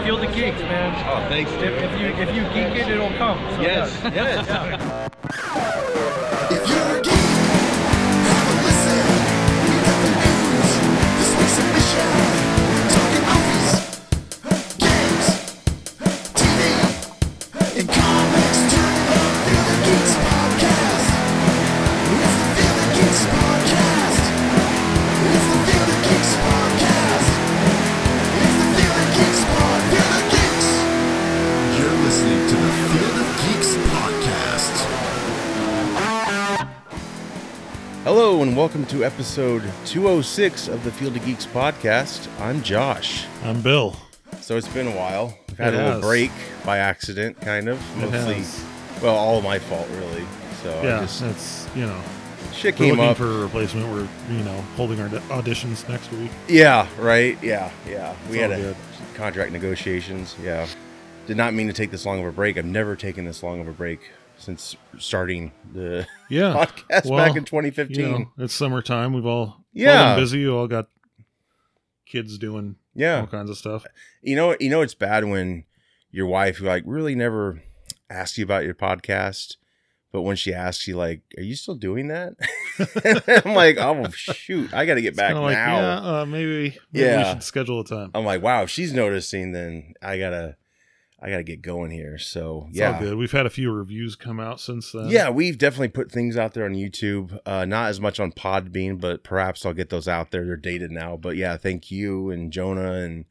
Feel the geeks, man. Oh, thanks, If, dude. if you if you geek it, it'll come. So Yes, yeah. yes. If you're a geek, have a listen. We got the news, this week's edition. Talking movies, games, TV, and comics. Turn it up, Feel the Geeks podcast. It's the Feel the Geeks podcast. It's the Feel the Geeks podcast. It's the Feel the Geeks pod. Feel the Geeks. You're listening to the Feel the Geeks podcast. Hello and welcome to episode 206 of the Field of Geeks podcast. I'm Josh. I'm Bill. So it's been a while. I've had It a little has. break by accident, kind of. Mostly, has. well, all my fault, really. So I yeah, just that's you know shit we're came looking up. for a replacement. We're you know holding our auditions next week. yeah, right. Yeah, yeah. we all had a good. contract negotiations. Yeah, did not mean to take this long of a break. I've never taken this long of a break since starting the Yeah, podcast well, back in you 2015. know, it's summertime. We've all all been Yeah. busy. You all got kids doing yeah, all kinds of stuff. You know, you know it's bad when your wife who like really never asks you about your podcast, but when she asks you like, "Are you still doing that?" I'm like, "Oh shoot, I got to get back Kinda now." like, yeah, uh, maybe, maybe we Yeah. should schedule a time. I'm like, "Wow, if she's noticing." Then I gotta, I gotta get going here. So It's all yeah, good. We've had a few reviews come out since then. yeah, we've definitely put things out there on YouTube. Uh, not as much on Podbean, but perhaps I'll get those out there. They're dated now, but yeah, thank you and Jonah and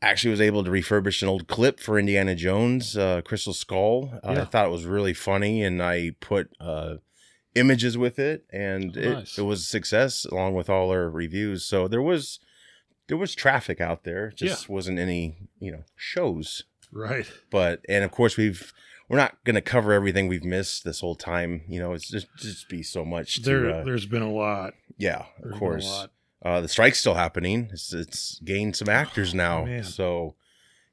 actually was able to refurbish an old clip for Indiana Jones, uh, Crystal Skull. Uh, I Yeah. thought it was really funny, and I put uh, images with it, and it, Nice. it was a success along with all our reviews. So there was there was traffic out there, just wasn't any you know shows right. but and of course we've we're not going to cover everything we've missed this whole time you know it's just just be so much There, to, uh, there's been a lot. yeah There's of been a course lot. Oh, uh the strike's still happening it's, it's gained some actors now man. so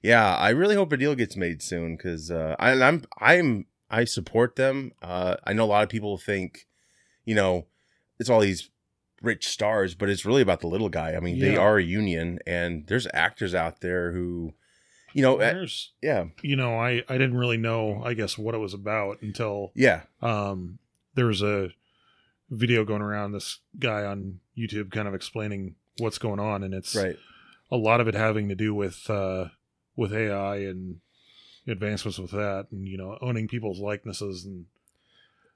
yeah i really hope a deal gets made soon because uh I, i'm i'm i support them uh i know a lot of people think you know it's all these rich stars but it's really about the little guy i mean they Yeah. are a union and there's actors out there who you Oh, know uh, There's, yeah you know, I I didn't really know, I guess, what it was about until yeah um there was a video going around this guy on youtube kind of explaining what's going on and it's right a lot of it having to do with uh with ai and advancements with that and you know owning people's likenesses and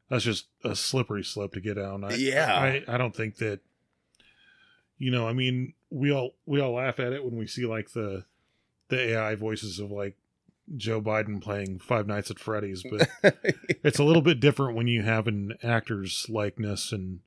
that's just a slippery slope to get down I, Yeah. I, I don't think that you know i mean we all we all laugh at it when we see like the the ai voices of like joe biden playing five nights at freddy's but it's a little bit different when you have an actor's likeness and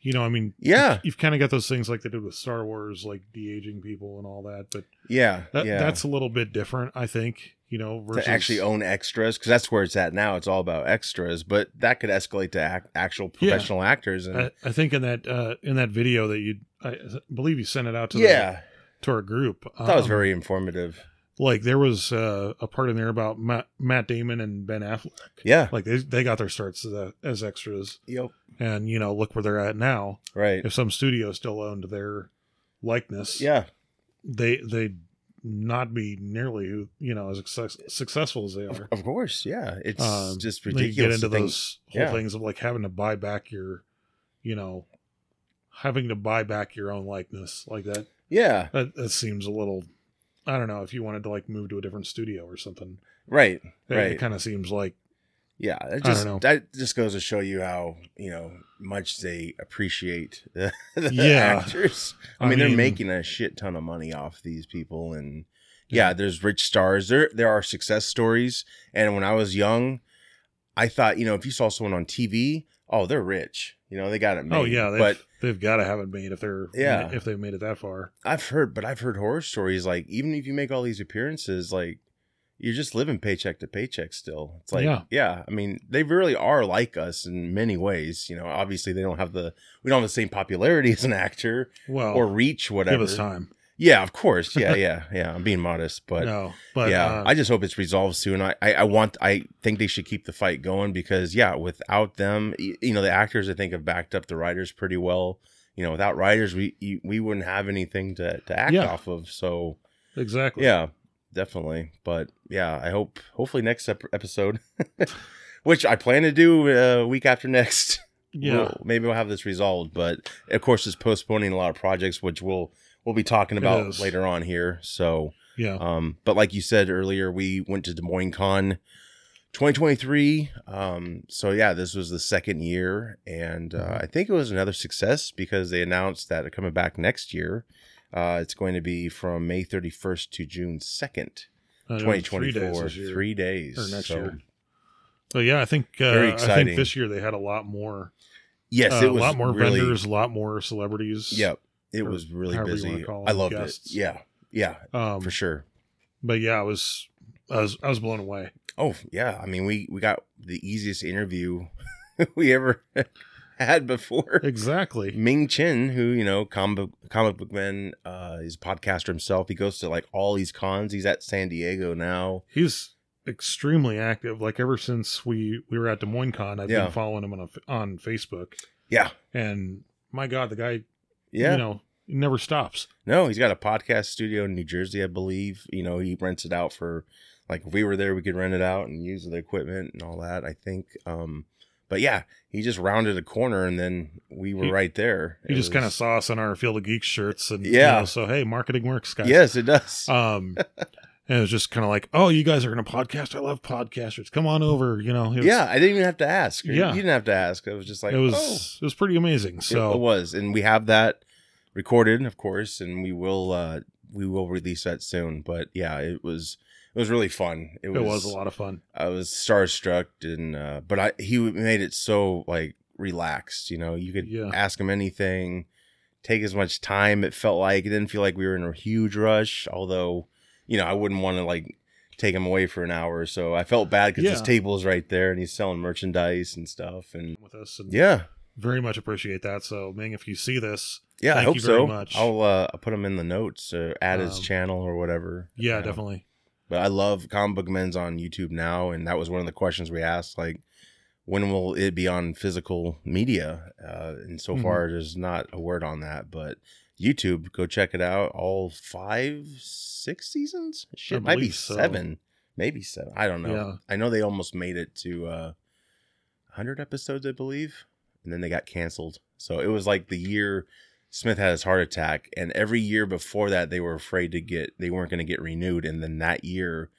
you know i mean Yeah. you've kind of got those things like they did with star wars like de-aging people and all that but Yeah, that, yeah. that's a little bit different i think you know versus to actually own extras because that's where it's at now. It's all about extras, but that could escalate to ac- actual Yeah. professional actors and I, I think in that uh in that video that you i believe you sent it out to the- yeah, to our group that was um, very informative. like there was uh, a part in there about matt, matt damon and ben affleck Yeah, like they, they got their starts as, a- as extras yep, and you know look where they're at now right, if some studio still owned their likeness yeah, they they not be nearly you know as success, successful as they are. of course, yeah. It's Um, just Then you ridiculous. get into to think- those whole yeah. things of like having to buy back your, you know, having to buy back your own likeness like that. yeah, That, that seems a little. I don't know if you wanted to like move to a different studio or something. right, It, right, kind of seems like yeah. That don't just know. that just goes to show you how you know much they appreciate the, the Yeah. actors. I, I mean, they're mean- making a shit ton of money off these people, and yeah, there's rich stars. There there are success stories. And when I was young, I thought, you know, if you saw someone on TV, oh, they're rich. You know, they got it made. oh yeah, they've, But they've got to have it made if they're Yeah. if they've made it that far. I've heard but I've heard horror stories like even if you make all these appearances, like you're just living paycheck to paycheck still. It's like yeah, Yeah. I mean, they really are like us in many ways. You know, obviously they don't have the we don't have the same popularity as an actor Well, or reach, whatever. give us time. Yeah, of course. Yeah, yeah, yeah. I'm being modest, but no, but yeah, uh, I just hope it's resolved soon. I, I, I want, I think they should keep the fight going because, yeah, without them, y- you know, the actors I think have backed up the writers pretty well. You know, without writers, we you, we wouldn't have anything to, to act Yeah. off of. So exactly. yeah, definitely. But yeah, I hope hopefully next ep- episode, which I plan to do uh, week after next. Yeah. we'll- maybe we'll have this resolved, but of course it's postponing a lot of projects, which we'll we'll be talking It about is. later on here. So, yeah. um, but like you said earlier, we went to Des Moines Con 2023. Um, so yeah, this was the second year, and Mm-hmm. uh, I think it was another success because they announced that they're coming back next year. Uh, it's going to be from May 31st to June 2nd, I know, it's 2024. Three days. Uh, this year, or next so- year. But yeah, I think uh, Very I exciting. think this year they had a lot more. Yes, uh, it was a lot more really, vendors, a lot more celebrities. Yep. It or was really however you wanna busy. call I them, loved guests. it. Yeah. Yeah, Um, for sure. But yeah, I was I was I was blown away. Oh yeah, I mean we we got the easiest interview we ever had before. Exactly. Ming Chen, who you know, comic comic book man, uh, he's a podcaster himself. He goes to like all these cons. He's at San Diego now. He's extremely active. Like ever since we we were at Des Moines Con, I've Yeah. been following him on a, on Facebook, Yeah, and my God, the guy yeah. you know he never stops. no, he's got a podcast studio in New Jersey, I believe. You know, he rents it out for like if we were there, we could rent it out and use the equipment and all that. I think. Um, but yeah, he just rounded a corner and then we were He- right there. He It just kind of was- saw us on our Field of Geeks shirts, and Yeah. You know, so hey, marketing works, guys. Yes, it does. Um, and it was just kind of like, oh, you guys are gonna podcast. I love podcasters. Come on over. You know. It was, yeah, I didn't even have to ask. Or Yeah. you didn't have to ask. I was just like, it was oh. it was pretty amazing. So So it, was, and we have that recorded, of course, and we will uh we will release that soon. But yeah, it was it was really fun. It was, it was a lot of fun. I was starstruck, and uh but I he made it so like relaxed. You know, you could Yeah. ask him anything, take as much time. It felt like it didn't feel like we were in a huge rush. Although, you know, I wouldn't want to like take him away for an hour or so. I felt bad because his Yeah. table is right there, and he's selling merchandise and stuff. And with us and yeah, very much appreciate that. So, Ming, if you see this, Yeah, I Thank hope you very so. much. I'll uh, I'll put him in the notes or add his Um, channel or whatever. yeah, Um, definitely. But I love comic book men's on YouTube now, and that was one of the questions we asked, like, when will it be on physical media? Uh, and so Mhm. far, there's not a word on that. But YouTube, go check it out. All five, six seasons? Shit, might be believe so. seven, maybe seven. I don't know. Yeah. I know they almost made it to uh, 100 episodes, I believe, and then they got canceled. So it was like the year Smith had his heart attack, and every year before that, they were afraid to get they weren't going to get renewed. And then that year,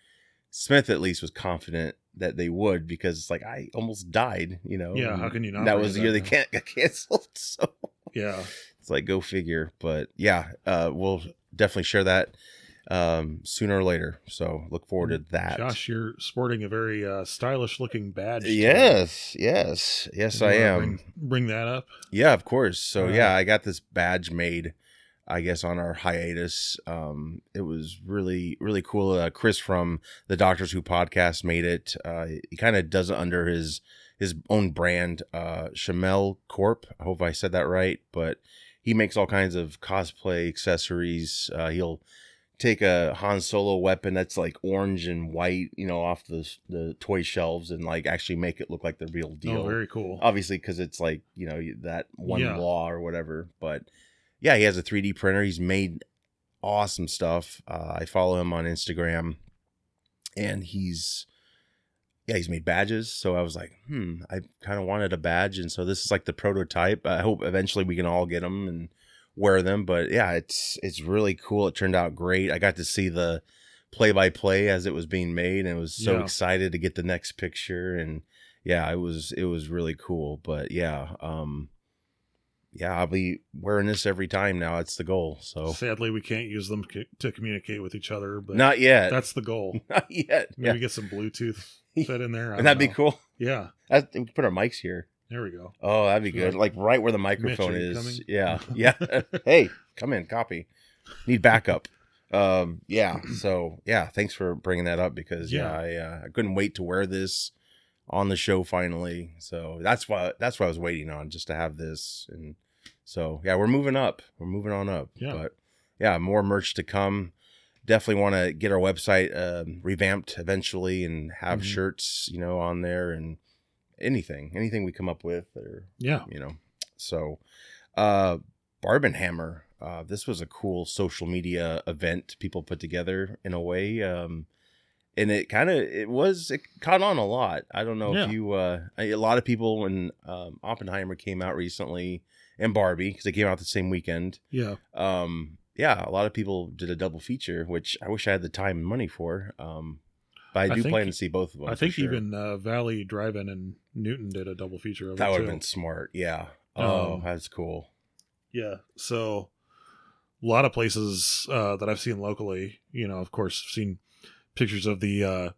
Smith at least was confident that they would because it's like I almost died, you know. Yeah, and how can you not That raise was the that year they now? can't got canceled. So Yeah, it's like go figure. But yeah, uh, we'll definitely share that um sooner or later. So look forward to that. Mm-hmm. Josh, you're sporting a very uh, stylish looking badge. today. Yes, yes, yes, You I wanna am. Bring, bring that up. Oh, Yeah, of course. So Wow. yeah, I got this badge made, I guess, on our hiatus. Um, it was really, really cool. Uh, Chris from the Doctors Who podcast made it. Uh, he kind of does it under his his own brand, uh, Chamel Corp. I hope I said that right, but he makes all kinds of cosplay accessories. Uh, he'll take a Han Solo weapon that's like orange and white, you know, off the the toy shelves, and like actually make it look like the real deal Oh, very cool. obviously because it's like you know that one Yeah. law or whatever but yeah he has a 3d printer he's made awesome stuff uh, i follow him on instagram and he's yeah he's made badges so i was like hmm i kind of wanted a badge and so this is like the prototype i hope eventually we can all get them and wear them but yeah it's it's really cool it turned out great i got to see the play by play as it was being made and was so Yeah. excited to get the next picture and yeah it was it was really cool but yeah um yeah i'll be wearing this every time now it's the goal so Sadly, we can't use them c- to communicate with each other, but not yet that's the goal. not yet Maybe yeah. get some Bluetooth set in there. I and that'd don't be know. cool Yeah, that, we could put our mics here there we go. oh that'd be Sure. good like right where the microphone are you is coming? yeah yeah hey come in copy need backup um yeah so yeah thanks for bringing that up because yeah, I, uh, I couldn't wait to wear this on the show finally so that's why that's what i was waiting on just to have this and so yeah we're moving up we're moving on up Yeah. but yeah more merch to come definitely want to get our website um, revamped eventually and have Mhm. shirts you know on there and anything anything we come up with or Yeah, you know. So uh Barbenhammer Uh, this was a cool social media event people put together in a way, um, and it kind of it was it caught on a lot. I don't know Yeah. if you uh, a lot of people when um, Oppenheimer came out recently and Barbie because they came out the same weekend Yeah. um yeah a lot of people did a double feature which i wish i had the time and money for um but I i do think- plan to see both of them I for think sure. even uh, Valley Drive-In and Newton did a double feature of that it would too. have been smart yeah oh Um, that's cool Yeah. So a lot of places uh, that I've seen locally, you know, of course, I've seen pictures of the uh,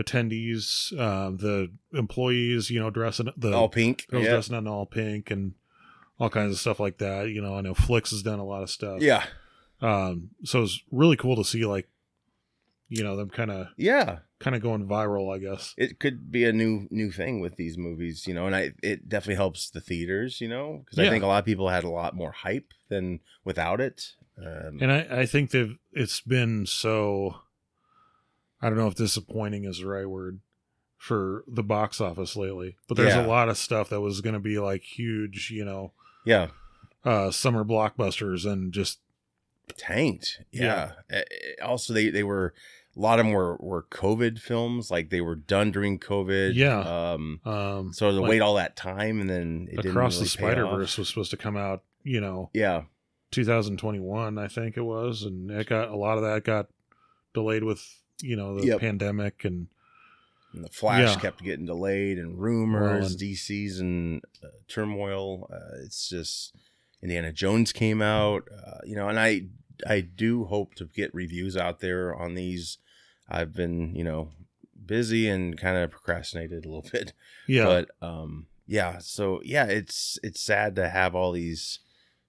attendees, um, the employees, you know, dressing the all Oh, pink girls yeah. dressing in all pink and all kinds of stuff like that. You know, I know Flix has done a lot of stuff. yeah Um, so it's really cool to see like, you know, them kind of yeah kind of going viral, I guess. it could be a new new thing with these movies you know and i it definitely helps the theaters you know because i Yeah. think a lot of people had a lot more hype than without it um, And I, I think they've it's been so I don't know if disappointing is the right word for the box office lately. But there's Yeah. a lot of stuff that was gonna be like huge, you know, yeah uh summer blockbusters and just tanked. Yeah. Eh, eh, Also, they they were a lot of them were were COVID films. Like they were done during COVID. Yeah. Um. um So to like, wait all that time and then it Across the didn't really pay Spider off. Verse was supposed to come out, you know, Yeah. 2021, I think it was, and it got a lot of that got delayed with you know the Yep. pandemic and And the Flash Yeah. kept getting delayed and rumors, Well, and- DC's and uh, turmoil. Uh, it's just Indiana Jones came out, uh, you know, and I I do hope to get reviews out there on these. I've been, you know, busy and kind of procrastinated a little bit. yeah, But um yeah, so yeah, it's it's sad to have all these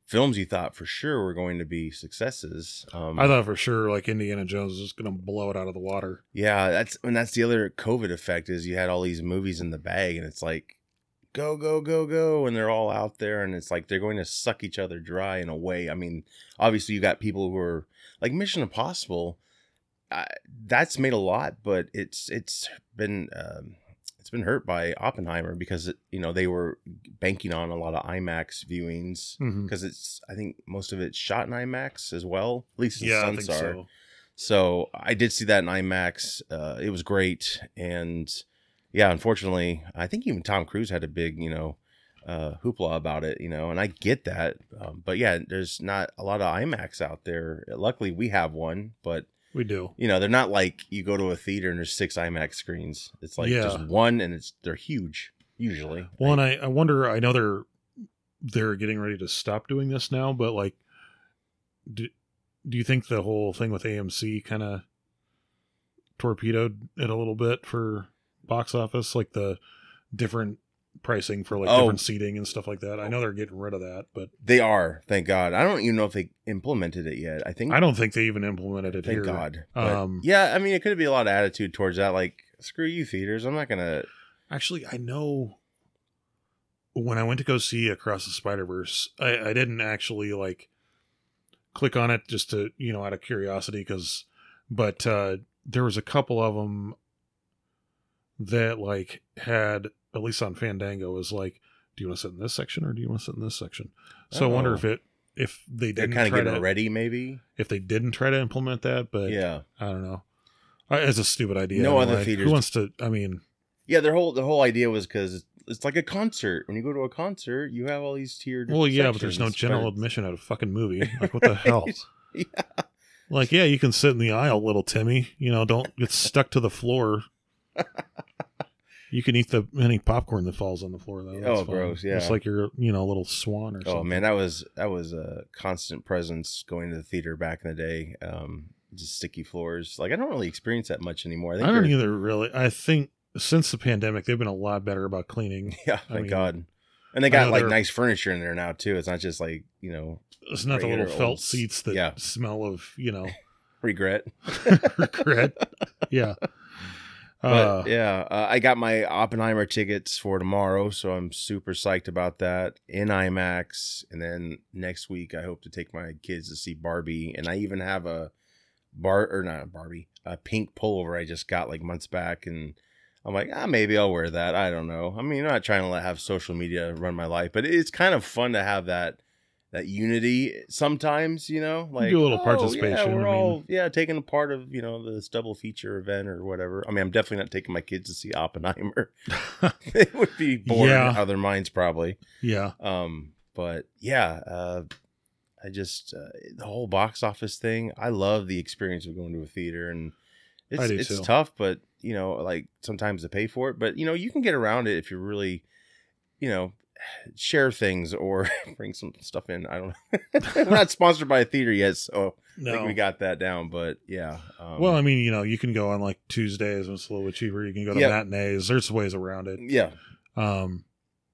films you thought for sure were going to be successes. Um I thought for sure like Indiana Jones was just gonna blow it out of the water. yeah, that's and that's the other COVID effect is you had all these movies in the bag and it's like go go go go and they're all out there and it's like they're going to suck each other dry in a way. I mean, obviously you got people who are like Mission Impossible. I, that's made a lot, but it's it's been um, it's been hurt by Oppenheimer because it, you know they were banking on a lot of IMAX viewings Mm-hmm. because it's I think most of it's shot in IMAX as well, at least in Yeah, I Sunsar. think so. So I did see that in IMAX. Uh, it was great, and yeah, unfortunately, I think even Tom Cruise had a big, you know, uh, hoopla about it, you know, and I get that. Um, but yeah, there's not a lot of IMAX out there. Luckily, we have one, but We do. you know, they're not like you go to a theater and there's six IMAX screens. It's like Yeah. just one, and it's they're huge usually. Well, and I, I wonder. I know they're they're getting ready to stop doing this now, but like, do, do you think the whole thing with AMC kind of torpedoed it a little bit for box office, like the different pricing for like Oh. different seating and stuff like that? I know they're getting rid of that, but They are, thank God. I don't even know if they implemented it yet. I think I don't think they even implemented it Thank here. God. But, Um, yeah, I mean, it could be a lot of attitude towards that. Like, screw you, theaters. I'm not gonna. Actually, I know when I went to go see Across the Spider Verse, I, I didn't actually like click on it just to you know out of curiosity because, but uh, there was a couple of them that like had at least on Fandango was like, do you want to sit in this section or do you want to sit in this section? So I wonder Oh. if it if they They're didn't kind of try getting to- ready, maybe. if they didn't try to implement that, but Yeah, I don't know. I- It's a stupid idea. No I mean, other like, theaters- Who wants to? I mean, yeah. Their whole the whole idea was because it's like a concert. When you go to a concert, you have all these tiered. Well, yeah, but there's no sections, general but- admission at a fucking movie. Like, what the hell? Yeah. Like, yeah, you can sit in the aisle, little Timmy. You know, don't get stuck to the floor. You can eat the any popcorn that falls on the floor, though. That's Oh, gross, yeah. It's like you're, you know, a little swan or something. Oh man, that was that was a constant presence going to the theater back in the day. Um, just sticky floors. Like I don't really experience that much anymore. I, think don't they're- either, really. I think since the pandemic, they've been a lot better about cleaning. Yeah, I thank mean, God. And they I got know like they're- nice furniture in there now too. It's not just like you know It's not the Regular little old felt s- seats that yeah. smell of, you know, regret. regret. yeah. But yeah, uh, I got my Oppenheimer tickets for tomorrow, so I'm super psyched about that in IMAX. And then next week, I hope to take my kids to see Barbie. And I even have a bar or not a Barbie, a pink pullover I just got like months back, and I'm like, ah, maybe I'll wear that. I don't know. I mean, I'm not trying to let, have social media run my life, but it's kind of fun to have that that unity sometimes, you know, like do a little oh, participation, Yeah, we're I mean. all yeah taking a part of you know this double feature event or whatever. I mean, I'm definitely not taking my kids to see Oppenheimer. they would be bored Yeah. out of their minds probably. Yeah. Um, but yeah, uh, I just uh, the whole box office thing. I love the experience of going to a theater, and it's do it's too. tough, but you know, like sometimes to pay for it, but you know, you can get around it if you really, you know, share things or bring some stuff in. I don't. We're not sponsored by a theater yet, so I No. think we got that down. But yeah, um, well, I mean, you know, you can go on like Tuesdays when it's a little bit cheaper. You can go to Yeah. matinees. There's ways around it. yeah, Um,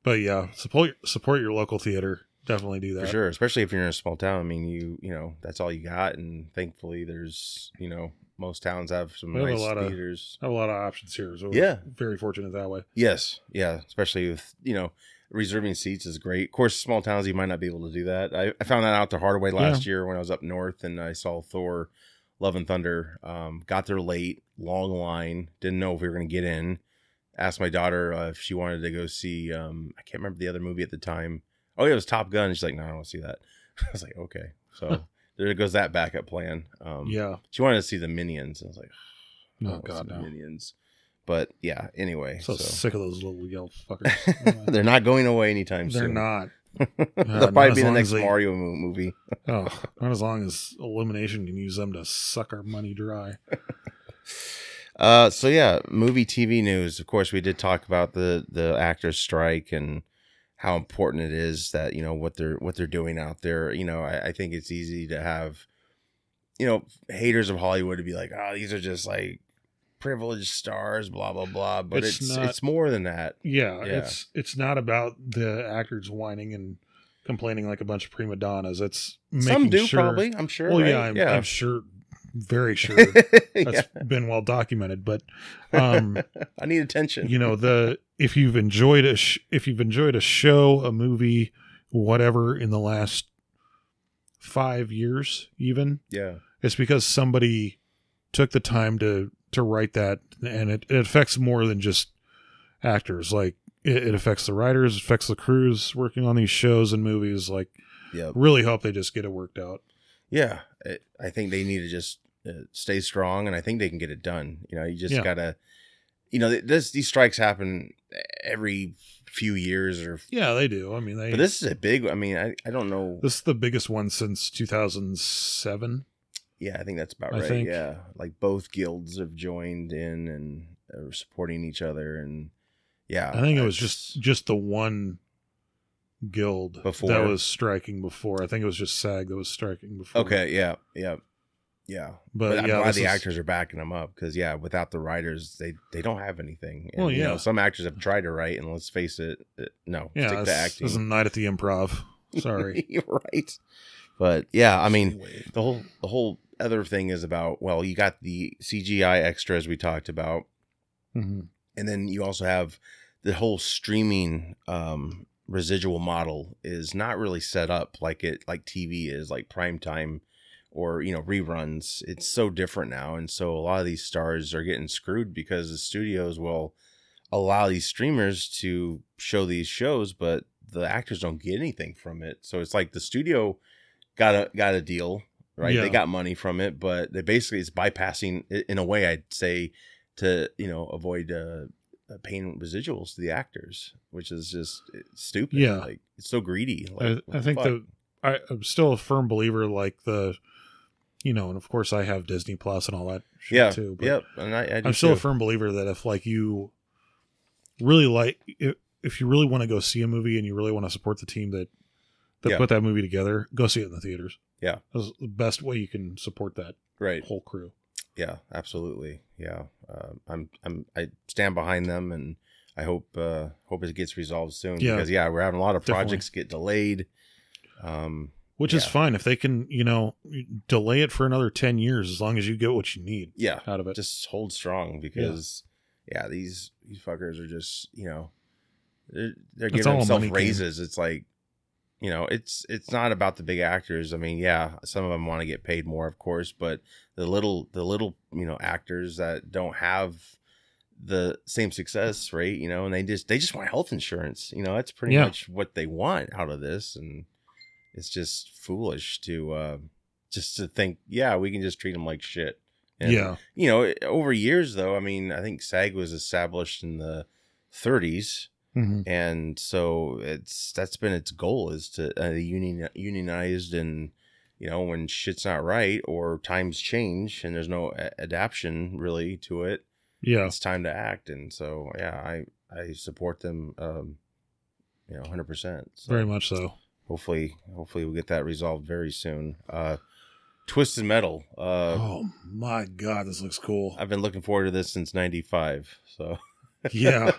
but yeah, support support your local theater. Definitely do for that. sure. Especially if you're in a small town. I mean, you you know, that's all you got, and thankfully, there's you know, most towns have some We have a nice lot of- theaters. I have a lot of options here. So we're Yeah. very fortunate that way. Yes, yeah, especially with you know reserving seats is great. Of course, small towns you might not be able to do that. I, I found that out the hard way last year when I was up north and I saw Thor, Love and Thunder. Um, got there late, long line, didn't know if we were gonna get in. Asked my daughter uh, if she wanted to go see. Um, I can't remember the other movie at the time. Oh, yeah, it was Top Gun. She's like, no, I don't want to see that. I was like, okay, so there goes that backup plan. Um, yeah. she wanted to see the Minions. I was like, I Oh don't wanna see god, the no. Minions. But yeah, anyway, So, so sick of those little yelp fuckers. they're not going away anytime They're soon. not. They'll not probably as be the long next as they- Mario mo- movie. Oh, not as long as Illumination can use them to suck our money dry. Uh, so yeah, movie TV news. Of course, we did talk about the the actors' strike and how important it is that you know what they're what they're doing out there. You know, I, I think it's easy to have you know haters of Hollywood to be like, oh, these are just like privileged stars, blah blah blah. But It's it's it's, not- more than that. Yeah, Yeah. it's it's not about the actors whining and complaining like a bunch of prima donnas. It's making Some do sure, probably. I'm sure. Well, yeah, right? I'm, yeah. I'm sure, very sure. Yeah. That's been well documented, but um, I need attention. you know the if you've enjoyed a sh- if you've enjoyed a show, a movie, whatever in the last five years, even yeah. it's because somebody took the time to to write that and it, it affects more than just actors like it, it affects the writers it affects the crews working on these shows and movies like Yeah. really hope they just get it worked out Yeah, I- I think they need to just uh, stay strong, and I think they can get it done. You know, you just Yeah. gotta, you know, th- this these strikes happen e, every few years, or yeah they do i mean they but this, this is a big. I mean, I, I don't know. is the biggest one since 2007 Yeah, I think that's about I right. think- Yeah, like both guilds have joined in and are supporting each other, and yeah, i think it was that's- just just the one guild Before. that was striking before i think it was just sag that was striking before okay. Yeah, yeah, yeah. but, But, I'm yeah glad this the is- actors are backing them up because yeah, without the writers, they they don't have anything. And, Well, you know, yeah. some actors have tried to write, and let's face it, uh, no, yeah stick this, to acting. this is a night at the improv sorry You're right. But yeah, I mean, Anyway. the whole the whole other thing is about well, you got the CGI extras we talked about, Mhm. and then you also have the whole streaming um, residual model is not really set up like it like TV is like prime time or you know reruns. It's so different now, and so a lot of these stars are getting screwed because the studios will allow these streamers to show these shows, but the actors don't get anything from it. So it's like the studio got a got a deal, right? Yeah. They got money from it, but they basically it's bypassing i- in a way. I'd say to you know avoid uh, uh, paying residuals to the actors, which is just uh, stupid. Yeah. like it's so greedy. I- Like, I, think the the I, I'm still a firm believer. Like the, you know, and of course I have Disney Plus and all that. Shit yeah, too. But yep. And I, I do I'm still a too. firm believer that if like you really like, if, if you really want to go see a movie and you really want to support the team that that Yeah. put that movie together, go see it in the theaters. Yeah. that's the best way you can support that right. whole crew. Yeah, absolutely. Yeah, uh, I'm I'm I stand behind them, and I hope uh, hope it gets resolved soon. Yeah. because yeah, we're having a lot of Definitely. projects get delayed. Um, Which is Yeah. fine if they can, you know, delay it for another ten years as long as you get what you need yeah, out of it. just hold strong because yeah, these these fuckers are just you know they're they're It's giving all a themselves money game. raises. It's like you know it's it's not about the big actors. I mean, yeah, some of them want to get paid more, of course, but the little the little you know actors that don't have the same success rate, you know, and they just they just want health insurance. You know, that's pretty Yeah. much what they want out of this, and it's just foolish to uh, just to think, yeah, we can just treat them like shit. And, yeah. You know, it- over years though, I mean, I think SAG was established in the 30s, Mm-hmm. and so it's that's been its goal is to uh, union unionized and you know when shit's not right or times change and there's no a- adaption really to it Yeah. it's time to act and so yeah i i support them um you know 100% so Very much so. hopefully hopefully we'll get that resolved very soon uh twisted metal uh oh my god, this looks cool. i've been looking forward to this since 95 so yeah.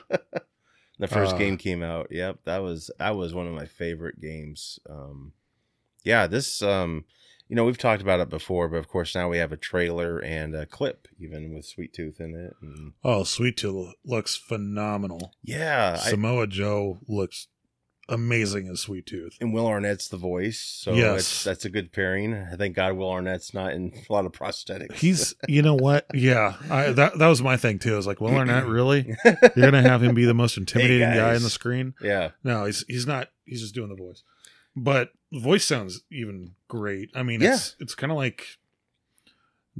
the first Uh, game came out yep that was that was one of my favorite games um yeah this um you know we've talked about it before but of course now we have a trailer and a clip even with sweet tooth in it and Oh, Sweet Tooth looks phenomenal. yeah Uh, I- Samoa Joe looks amazing as Sweet Tooth. and Will Arnett's the voice, so Yes. it's, that's a good pairing. I thank God Will Arnett's not in a lot of prosthetics. He's, you know what? Yeah, I, that that was my thing too. I was like, well, Arnett, really? You're gonna have him be the most intimidating guy guys. in the screen? yeah, No, he's he's not. He's just doing the voice. But the voice sounds even great. I mean, it's it's kind of like,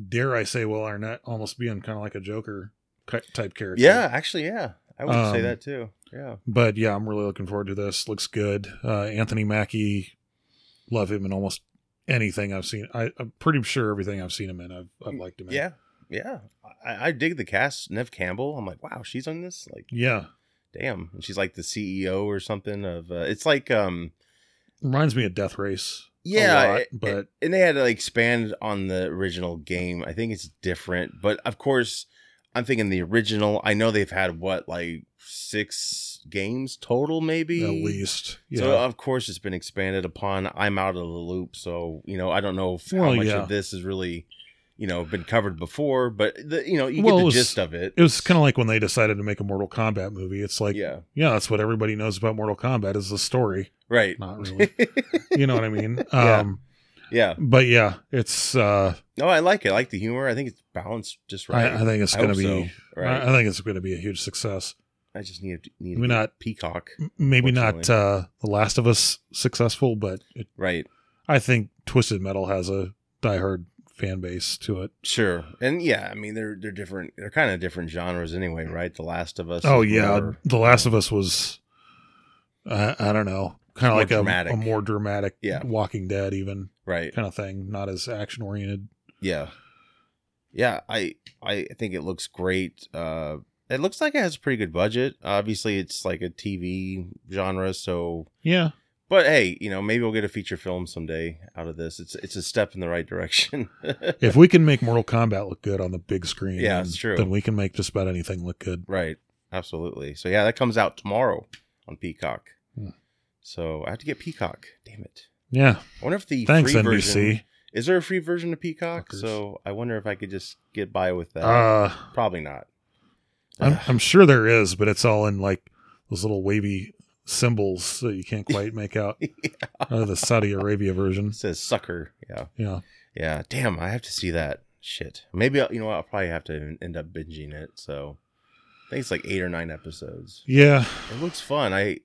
dare I say, Will Arnett almost being kind of like a Joker ki- type character. yeah, actually, yeah, I would say Um, that too. Yeah, But yeah, I'm really looking forward to this. Looks good. Uh, Anthony Mackie, love him in almost anything I've seen. I, I'm pretty sure everything I've seen him in, I've, I've liked him in. Mm, yeah, yeah. I, I dig the cast. Nev Campbell. I'm like, wow, she's on this. Like, Yeah. damn, and she's like the CEO or something of. Uh, it's like, um, Reminds me of Death Race. yeah, lot, it- it- but- and they had to like, expand on the original game. I think it's different, but of course, I'm thinking the original. I know they've had what like six games total, maybe At least. Yeah. So uh, of course it's been expanded upon. I'm out of the loop, so you know I don't know if, how Well, much yeah. of this has really, you know, been covered before. But the, you know, you Well, get it the was- gist of it. it was kind of like when they decided to make a Mortal Kombat movie. It's like, yeah. yeah, that's what everybody knows about Mortal Kombat is the story. right. Not really. you know what I mean? Um, Yeah. yeah. But yeah, it's, uh, No, I like it. I like the humor. I think it's balanced just right. I, I think it's I going to hope be, so, right. Mm-hmm. I, I think it's going to be a huge success. I just need need We're not- peacock. M- maybe not uh the last of us successful but it, Right. i think twisted metal has a diehard fan base to it Sure. And yeah, I mean they're they're different. They're kind of different genres anyway, right? The Last of Us. oh is yeah more- the last of us was i, I don't know kind of More like a, dramatic. a more dramatic Yeah. walking dead even right. kind of thing not as action oriented Yeah. Yeah, I I think it looks great. Uh it looks like it has a pretty good budget. Obviously it's like a TV genre, so yeah but hey, you know, maybe we'll get a feature film someday out of this. It's it's a step in the right direction. if we can make mortal kombat look good on the big screen Yeah, then- it's true. then we can make just about anything look good right. Absolutely. So yeah, that comes out tomorrow on Peacock. Hmm. So I have to get Peacock. Damn it. yeah I wonder if the thanks free nbc version is there a free version of Peacock? Fuckers. So I wonder if I could just get by with that. uh Probably not. I'm, I'm sure there is, but it's all in like those little wavy symbols that you can't quite make out. Uh, the Saudi Arabia version. It says sucker. Yeah. Yeah. Yeah, damn, I have to see that shit. Maybe I'll, you know what, I'll probably have to end up binging it. So I think it's like eight or nine episodes. Yeah. It looks fun. I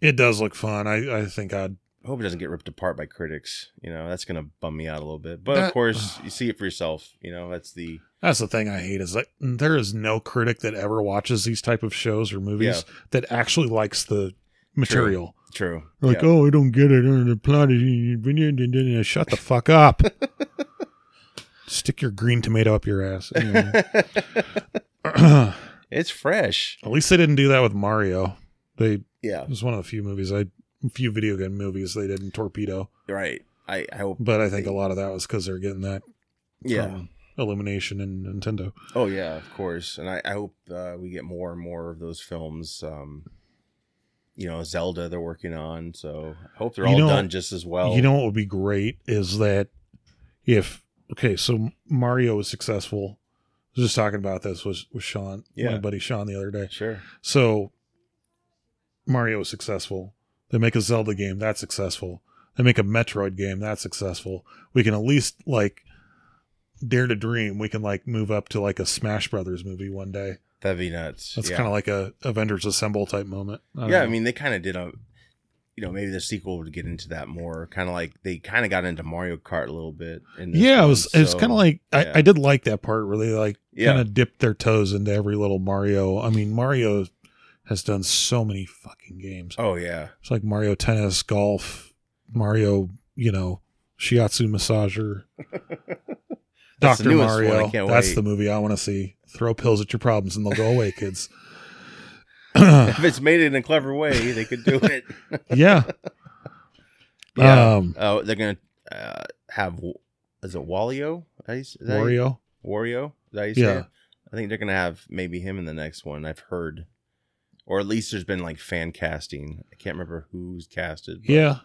It does look fun. I, I think I'd. hope it doesn't get ripped apart by critics. You know, that's gonna bum me out a little bit. But That- of course, you see it for yourself. You know, that's the That's the thing I hate is that there is no critic that ever watches these type of shows or movies that actually likes the material. true. They're Like, yeah. oh, I don't get it. Uh, The plot is uh, shut the fuck up. Stick your green tomato up your ass. Anyway. At it's fresh. least they didn't do that with Mario. They Yeah, It was one of the few movies I few video game movies they didn't torpedo. right. I, I hope. But I think a lot of that was because they're getting that Yeah. from Illumination and Nintendo. Oh yeah, of course, and I, I hope uh, we get more and more of those films. Um, you know, Zelda they're working on, so I hope they're You all know- done just as well. You know what would be great is that if okay, so Mario was successful. I was just talking about this was with Sean, my Yeah. buddy Sean the other day. sure. So Mario was successful. They make a Zelda game, that's successful. They make a Metroid game, that's successful. We can at least like dare to dream. We can like move up to like a Smash Brothers movie one day. That'd be nuts. That's yeah. kind of like a Avengers Assemble type moment. don't yeah. I know. mean, they kind of did a. you know maybe the sequel would get into that more. Kind of like they kind of got into Mario Kart a little bit. In this yeah, it one, was it's so- kind of like yeah. I, I did like that part where they like Yeah. kind of dipped their toes into every little Mario. I mean, Mario has done so many fucking games. oh yeah, It's like Mario tennis, golf, Mario, you know, shiatsu massager, That's the Doctor newest Mario. one. I can't That's wait. the movie I want to see. Throw pills at your problems and they'll go away, kids. if it's made in a clever way, they could do it. yeah. Yeah. Um, Oh, they're gonna uh, have is it Wario? Is that- is that- Wario. Wario? Is that how you say Yeah. it? I think they're gonna have maybe him in the next one. I've heard, or at least there's been like fan casting. I can't remember who's casted. but- Yeah.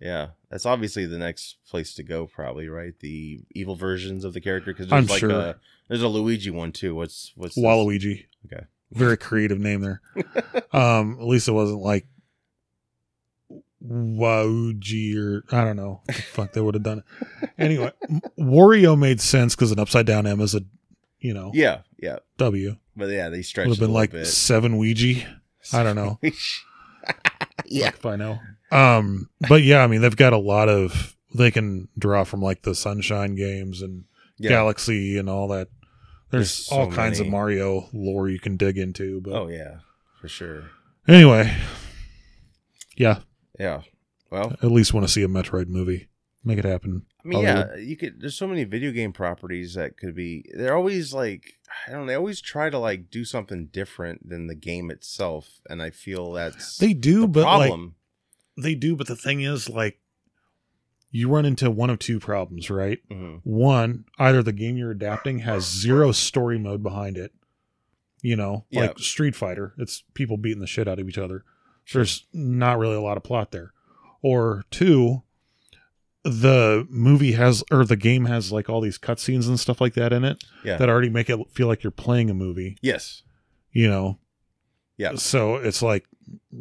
yeah. That's obviously the next place to go, probably right? The evil versions of the character because I'm there's like sure. a there's a Luigi one too. What's what's this? Waluigi. Okay. Very creative name there. um, at least it wasn't like Wauji or I don't know. what the fuck, they would have done it. Anyway, M- Wario made sense because an upside down M is a, you know, Yeah, yeah. W. But yeah, they stretched Would have it a been little like bit. seven Ouija. I don't know. yeah. If I know. Um, but yeah, I mean, they've got a lot of, they can draw from like the Sunshine games and Yeah. Galaxy and all that. There's There's, all so kinds of many. Mario lore you can dig into. But Oh yeah, for sure. Anyway, yeah, Yeah. Well, at least want to see a Metroid movie. Make it happen. I mean, yeah, you could. There's so many video game properties that could be. They're always like, I don't. know, They always try to like do something different than the game itself, and I feel that's They do, the but like problem. they do, but the thing is, like, you run into one of two problems, right? Mhm. One, either the game you're adapting has zero story mode behind it. You know, Yeah. like Street Fighter, it's people beating the shit out of each other. There's not really a lot of plot there. Or two, the movie has or the game has like all these cutscenes and stuff like that in it Yeah. that already make it feel like you're playing a movie. Yes. you know Yeah. so it's like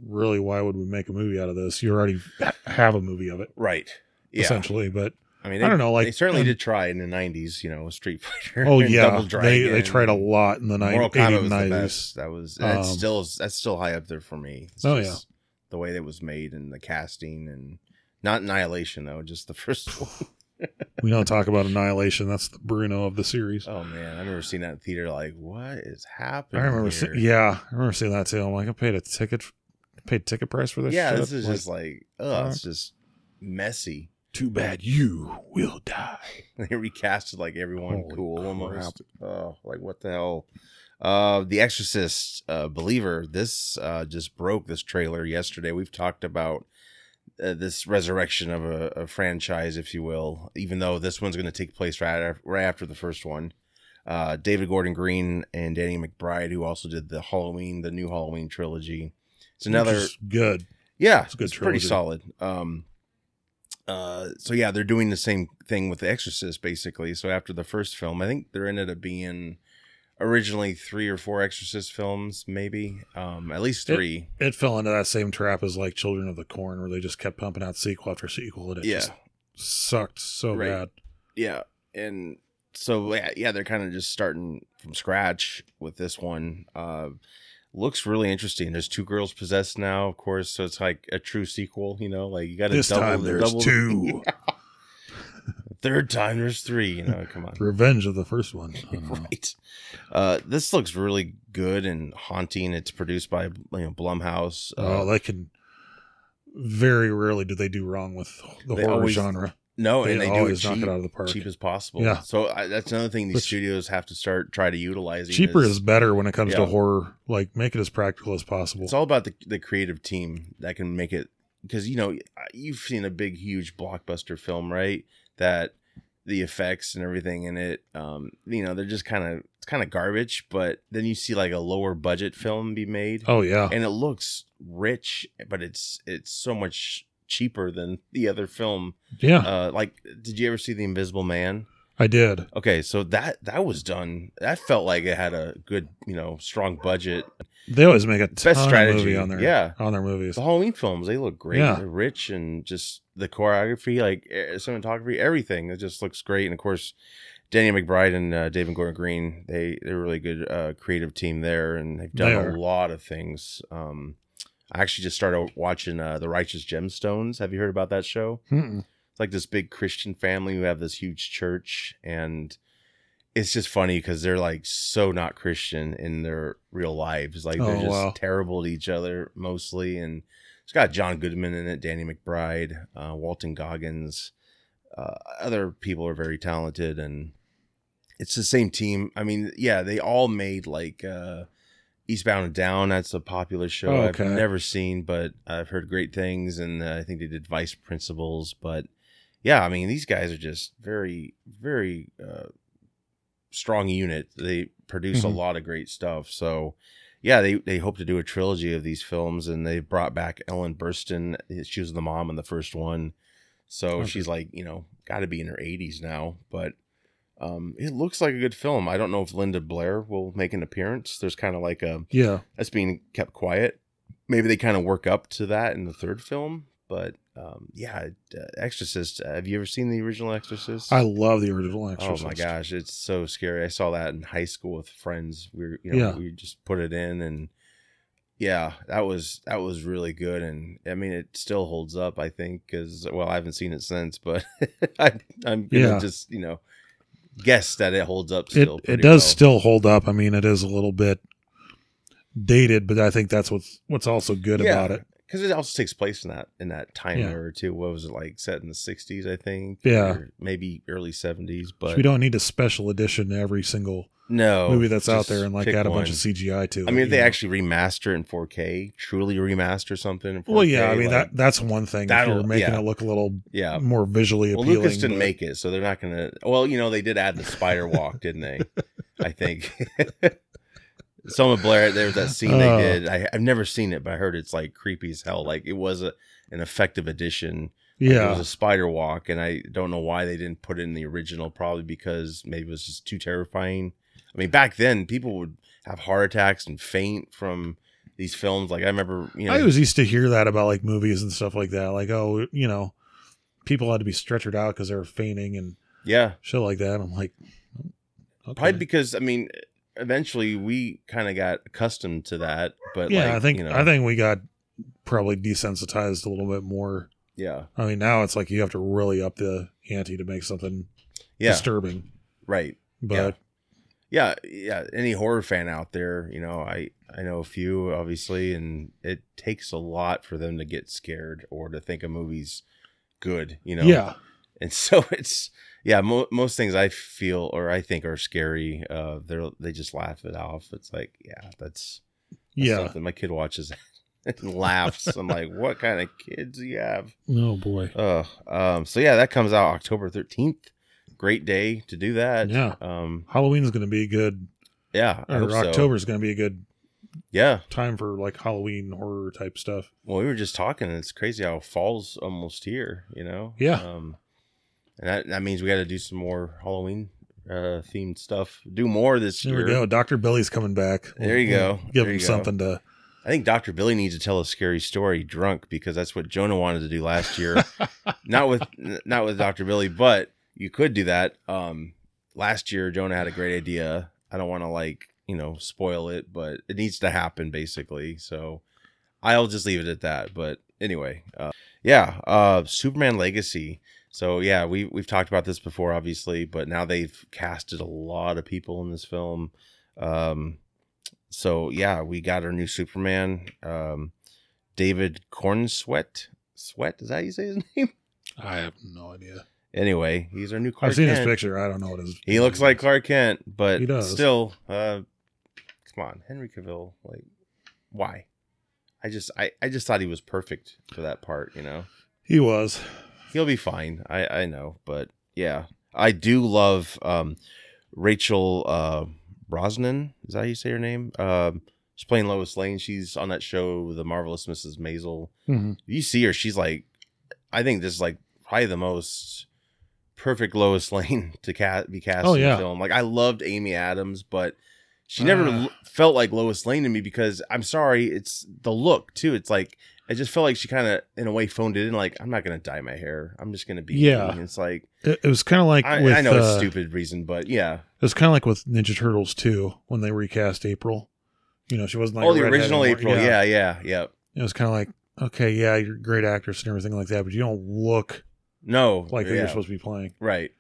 really why would we make a movie out of this you already ha- have a movie of it Right. Yeah. essentially but I mean, I don't know, like- they certainly and- did try in the '90s. You know, Street Fighter. oh and yeah Double they, Dragon. they tried a lot in the Mortal 90s Kombat was the 90s best. That was that's Um, still that's still high up there for me. It's Oh, just the way that was made and the casting and not Annihilation though, just the first one. we don't talk about annihilation that's the bruno of the series Oh man, I remember seeing that in theater. Like, what is i happening? remember here? see- yeah i remember seeing that too i'm like i paid a ticket paid ticket price for this yeah. shit. This is just like, oh, it's just messy. too bad you will die They recasted like everyone Holy cool almost. crap. Oh, like what the hell? Uh, The Exorcist, uh, Believer. This uh, just broke this trailer yesterday. We've talked about uh, this resurrection of a, a franchise, if you will. Even though this one's going to take place right af- right after the first one. Uh, David Gordon Green and Danny McBride, who also did the Halloween, the new Halloween trilogy. It's another Which is good Yeah, it's, It's a good pretty trilogy. solid. Um, uh, so yeah, they're doing the same thing with The Exorcist, basically. So after the first film, I think there ended up being originally three or four Exorcist films, maybe um, at least It- three. it fell into that same trap as like children of the corn where they just kept pumping out sequel after sequel and it yeah, just sucked so Right. bad yeah, and so yeah, yeah, they're kind of just starting from scratch with this one. Uh, looks really interesting. There's two girls possessed now, of course, so it's like a true sequel. You know, like you got to This double, time there's double- two. Third time there's three. You know, come on. Revenge of the first one. I don't know. right. Uh, this looks really good and haunting. It's produced by you know Blumhouse. Uh, Oh, they can. Very rarely do they do wrong with the They horror always- genre. no, They, and they do it always knock cheap, it out of the park. cheap as possible. Yeah. So I, that's another thing these Which- studios have to start try to utilize. Cheaper is better when it comes to Yeah. horror. Like make it as practical as possible. It's all about the the creative team that can make it because you know you've seen a big huge blockbuster film right that the effects and everything in it um you know they're just kind of it's kind of garbage but then you see like a lower budget film be made oh yeah, and it looks rich, but it's it's so much cheaper than the other film. yeah. Uh, like, did you ever see The Invisible Man? I did. Okay, so that that was done. That felt like it had a good, you know, strong budget. They always make a ton of strategy, movie on their yeah. on their movies. The Halloween films they look great. Yeah. They're rich and just the choreography, like eh, cinematography, everything. It just looks great. And of course, Danny McBride and uh, David Gordon Green they they're a really good uh, creative team there, and they've done They a are. lot of things. Um, I actually just started watching uh, The Righteous Gemstones. Have you heard about that show? Mm-mm. it's like this big Christian family who have this huge church, and it's just funny because they're like so not Christian in their real lives. Like they're Oh, just wow. terrible to each other mostly, and it's got John Goodman in it, Danny McBride, uh, Walton Goggins. Uh, other people are very talented, and it's the same team. I mean, yeah, they all made like uh, Eastbound and Down. That's a popular show Oh, I've okay. never seen, but I've heard great things, and uh, I think they did Vice Principals. But yeah, I mean, these guys are just very, very uh, strong unit. They produce Mhm. a lot of great stuff. So yeah, they they hope to do a trilogy of these films, and they brought back Ellen Burstyn. She was the mom in the first one, so Okay. she's like you know got to be in her eighties now, but. Um, it looks like a good film. I don't know if Linda Blair will make an appearance. There's kind of like a Yeah. that's being kept quiet. Maybe they kind of work up to that in the third film, but um, yeah, uh, Exorcist. Uh, have you ever seen the original Exorcist? I love the original Exorcist. Oh my gosh, it's so scary. I saw that in high school with friends. We were, you know, Yeah. we just put it in and yeah, that was that was really good and I mean it still holds up, I think cuz well, I haven't seen it since, but I I'm going to Yeah. just, you know, guess that it holds up It still. it pretty does well. still hold up. I mean, it is a little bit dated, but I think that's what's what's also good Yeah. about it. because it also takes place in that in that time Yeah. era too. What was it like set in the sixties, I think? Yeah. or maybe early seventies. So But we don't need a special edition to every single no movie that's out Oh, just there and like pick add a one. bunch of CGI to it. I mean, if you they know? actually remaster it in four K, truly remaster something. In 4K, Well, yeah, I mean like- that that's one thing. If that'll- you're making yeah. it look a little Yeah. more visually Well, appealing. Lucas didn't but- make it, so they're not gonna. Well, you know, they did add the spider walk, didn't they? I think. Selma Blair, there was that scene Oh. they did. I, I've never seen it, but I heard it's like creepy as hell. Like it was a, an effective addition It Yeah, was a spider walk, and I don't know why they didn't put it in the original. Probably because maybe it was just too terrifying. I mean, back then people would have heart attacks and faint from these films. Like I remember, you know, I always used to hear that about like movies and stuff like that. Like, oh, you know, people had to be stretchered out because they were fainting and yeah, shit like that. I'm like, "Oh, okay. probably because I mean, eventually we kind of got accustomed to that. But yeah, like, I think you know, I think we got probably desensitized a little bit more. yeah, I mean, now it's like you have to really up the ante to make something yeah, disturbing. right. But yeah yeah any horror fan out there you know i i know a few obviously and it takes a lot for them to get scared or to think a movie's good you know yeah, and so it's yeah mo- most things i feel or i think are scary uh they're they just laugh it off it's like yeah that's, that's yeah. something my kid watches that and laughs i'm like what kind of kids do you have Oh boy. uh um so yeah that comes out october 13th great day to do that Yeah. um Halloween's going to be a good, yeah I hope or so. October's going to be a good yeah time for like Halloween horror type stuff. Well, we were just talking, and it's crazy how fall's almost here. You know, Yeah. Um, and that, that means we got to do some more Halloween uh, themed stuff. Do more this There year. we go. Dr. Billy's coming back. There you go. Give There him you go. something to. I think Doctor Billy needs to tell a scary story drunk because that's what Jonah wanted to do last year. not with not with Doctor Billy, but you could do that. Um, last year Jonah had a great idea. I don't want to like you know spoil it, but it needs to happen basically. So I'll just leave it at that. But anyway, uh, yeah, uh, Superman Legacy. So yeah, we we've talked about this before, obviously, but now they've casted a lot of people in this film. Um, so yeah, we got our new Superman, um, David Cornsweat. Sweat is that how you say his name? I have no idea. Anyway, he's our new Clark. I've seen Kent. his picture. I don't know what his. He looks like Clark Kent, but He does. still, uh, come on, Henry Cavill. Like, why? I just, I, I just thought he was perfect for that part. You know, He was. he'll be fine. I, I know, but yeah, I do love um, Rachel uh, Brosnan. Is that how you say her name? Um, she's playing Lois Lane. She's on that show, The Marvelous Mrs. Maisel Mm-hmm. you see her, she's like, I think this is like probably the most perfect Lois Lane to ca- be cast Oh, in yeah. the film. Like I loved Amy Adams, but she never Ah. l- felt like Lois Lane to me because I'm sorry, it's the look too. It's like I just felt like she kind of in a way phoned it in. Like I'm not gonna dye my hair. I'm just gonna be. me." Yeah. And It's like It, it was kind of like I, with. I know it's uh, stupid reason, but yeah. It was kind of like with Ninja Turtles too when they recast April. You know, she wasn't like oh, a the redhead original anymore. April. Yeah, yeah, yeah. it was kind of like, okay, yeah, you're a great actress and everything like that, but you don't look No, like who yeah, you're supposed to be playing. right.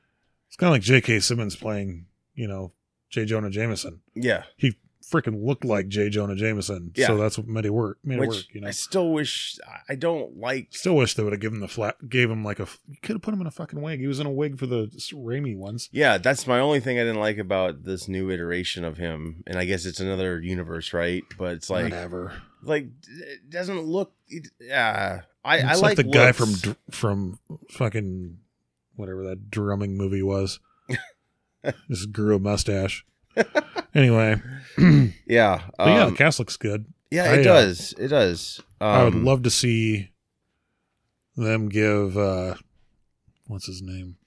It's kind of like J.K. Simmons playing, you know, J. Jonah Jameson. Yeah, He freaking looked like J. Jonah Jameson, Yeah. so that's what made it work. Made which it work, you know. I still wish I don't like. Still wish they would have given the flat, gave him like a. You could have put him in a fucking wig. He was in a wig for the s- Raimi ones. Yeah, that's my only thing I didn't like about this new iteration of him, and I guess it's another universe, right? But it's like, Whatever. like it doesn't look. It, yeah, I, I It's like the guy from looks. Dr- from fucking whatever that drumming movie was. Just grew a mustache. Anyway, but Yeah, yeah, the um, cast looks good. yeah, I, it uh, does. It does. Um, I would love to see them give uh what's his name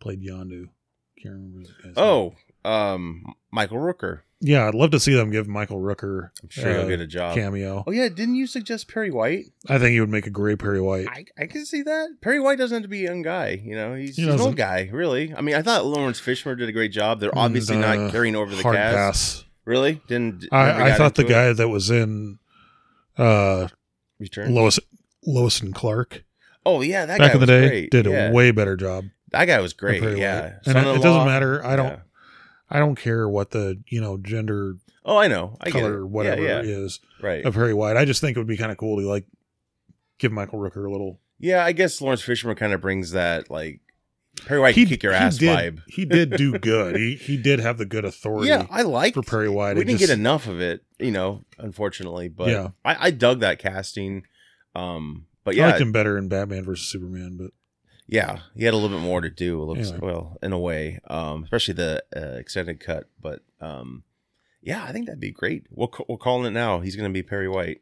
played Yondu. Can't remember his guy's name. Oh, um, Michael Rooker. yeah, I'd love to see them give Michael Rooker I'm sure Uh, he'll get a job. cameo. Oh yeah, didn't you suggest Perry White? I think he would make a great Perry White. I, I can see that. Perry White doesn't have to be a young guy. You know, he's, He he's an doesn't. old guy, really. I mean, I thought Lawrence Fishburne did a great job. They're obviously Uh, not carrying over the Hard cast. pass. Really? Didn't never I, I got thought the into it? guy that was in uh Return? Lois Lois and Clark Oh yeah, that back guy in the was day great. did yeah. a way better job. than That guy was great. Perry White. Yeah, and I- it Son-in-law. doesn't matter. I don't Yeah. I don't care what the you know gender Oh, I know. I get color it. whatever Yeah, it yeah. is right. of Harry White. I just think it would be kind of cool to like give Michael Rooker a little. Yeah, I guess Lawrence Fishburne kind of brings that like Perry White kick your ass did, vibe. He did do good. he he did have the good authority Yeah, I like. for Perry White. we It didn't just- get enough of it, you know, unfortunately. But Yeah. I, I dug that casting. Um, but I yeah, liked him better in Batman versus Superman, but yeah, he had a little bit more to do. It looks Anyway. well in a way, um, especially the uh, extended cut. But um, yeah, I think that'd be great. We'll ca- we're calling it now. He's gonna be Perry White,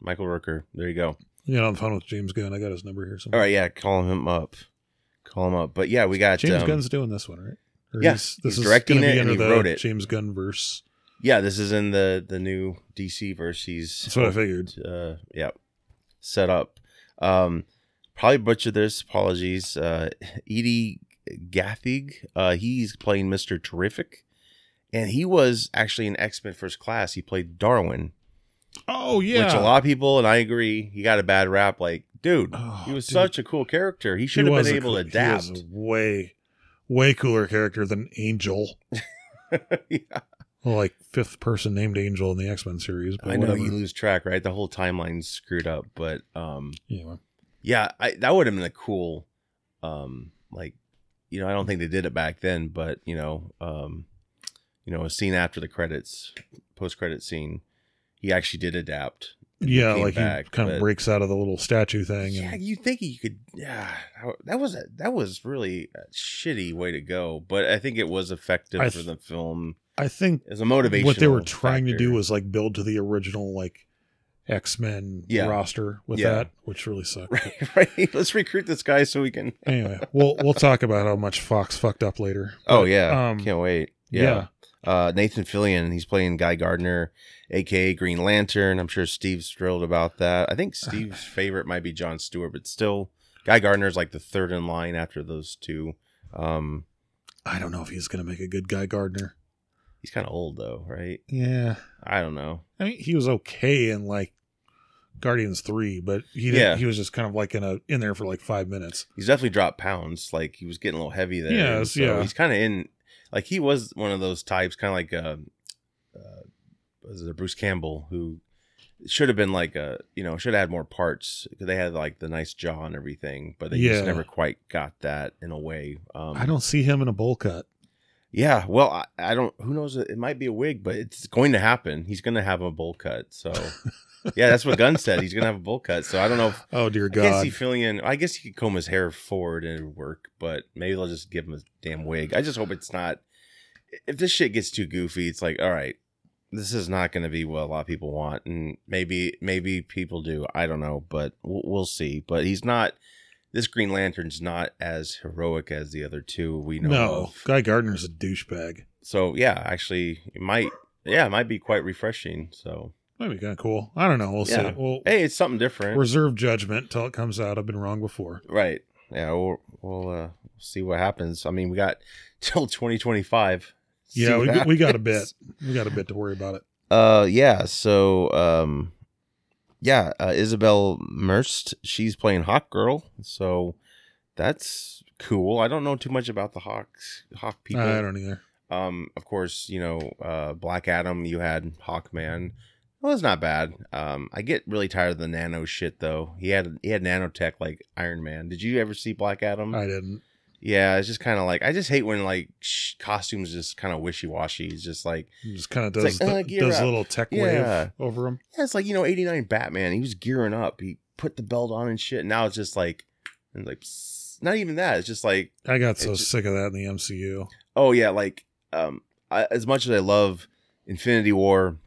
Michael Rooker. There you go. you know, on the phone with James Gunn. I got his number here. All Somewhere. right, yeah, call him up. Call him up. But yeah, we got James um, Gunn's doing this one, right? Or yeah, he's- this he's is directing gonna be it and under he the wrote it. James Gunn verse. Yeah, this is in the the new DC verse. He's That's what I figured. uh yeah set up um probably butchered this apologies uh edie gathig uh he's playing mr terrific and he was actually in x-men first class he played darwin Oh yeah, which a lot of people and i agree he got a bad rap like dude Oh, he was dude. such a cool character he He should have was been a able to cool- he was adapt a way, way cooler character than Angel. Yeah. Well, like fifth person named Angel in the X Men series. But i know whatever. you lose track right the whole timeline's screwed up but um Anyway. yeah I, that would have been a cool um like you know i don't think they did it back then but you know um you know a scene after the credits post credit scene he actually did adapt Yeah, came like he back, kind but- of breaks out of the little statue thing. yeah And, you think you could yeah that was a that was really a shitty way to go but i think it was effective I for th- the film I think as a motivation what they were trying to do was like build to the original like X Men Yeah. roster with Yeah. that, which really sucked. right right let's recruit this guy so we can anyway, we'll we'll talk about how much Fox fucked up later. oh But, yeah um, can't wait yeah. yeah. uh, Nathan Fillion. He's playing Guy Gardner, aka Green Lantern. I'm sure Steve's thrilled about that. I think Steve's favorite might be John Stewart, but still, Guy Gardner's like the third in line after those two. Um, I don't know if he's gonna make a good guy Gardner. he's kind of old though, right? Yeah. I don't know. I mean, he was okay in like Guardians Three, but he didn't, Yeah. he was just kind of like in a in there for like five minutes. He's definitely dropped pounds. Like he was getting a little heavy there. Yes, and so yeah. He's kind of in. Like he was one of those types, kind of like uh, uh, was it Bruce Campbell, who should have been like a you know should have had more parts because they had like the nice jaw and everything, but they Yeah. just never quite got that in a way. Um, I don't see him in a bowl cut. Yeah, well, I, I don't. Who knows? It might be a wig, but it's going to happen. He's going to have a bowl cut. So. yeah, that's what Gunn said. He's gonna have a bowl cut. So I don't know if Oh dear I guess God! he filling in. I guess he could comb his hair forward and it'd work, but maybe they'll just give him a damn wig. I just hope it's not. If this shit gets too goofy, it's like, all right, this is not going to be what a lot of people want, and maybe maybe people do. I don't know, but we'll, we'll see. But he's not. This Green Lantern's not as heroic as the other two we know. no, of. Guy Gardner's a douchebag. So yeah, actually, it might. Yeah, it might be quite refreshing. So Might be kind of cool. I don't know. We'll Yeah. see. We'll hey, it's something different. reserve judgment till it comes out. I've been wrong before. Right. Yeah, we'll we'll uh, see what happens. I mean, we got till 2025. See yeah, we, what we got a bit. happens. We got a bit to worry about it. Uh, yeah. So, um, yeah, uh, Isabel Merst, she's playing Hawk Girl. So that's cool. I don't know too much about the Hawks, Hawk people. I don't either. Um, of course, you know, uh, Black Adam, you had Hawkman. Well, it's not bad. Um, I get really tired of the nano shit though. He had he had nanotech like Iron Man. Did you ever see Black Adam? I didn't. yeah, it's just kind of like I just hate when like sh- costumes just kind of wishy washy. It's just like It just kind of It's does like, the- uh, gear does up. a little tech Yeah. wave over him. yeah, it's like you know eighty nine Batman. He was gearing up. He put the belt on and shit. Now it's just like and like psst. not even that. It's just like I got so It's- sick of that in the MCU. oh yeah like um I, as much as i love infinity war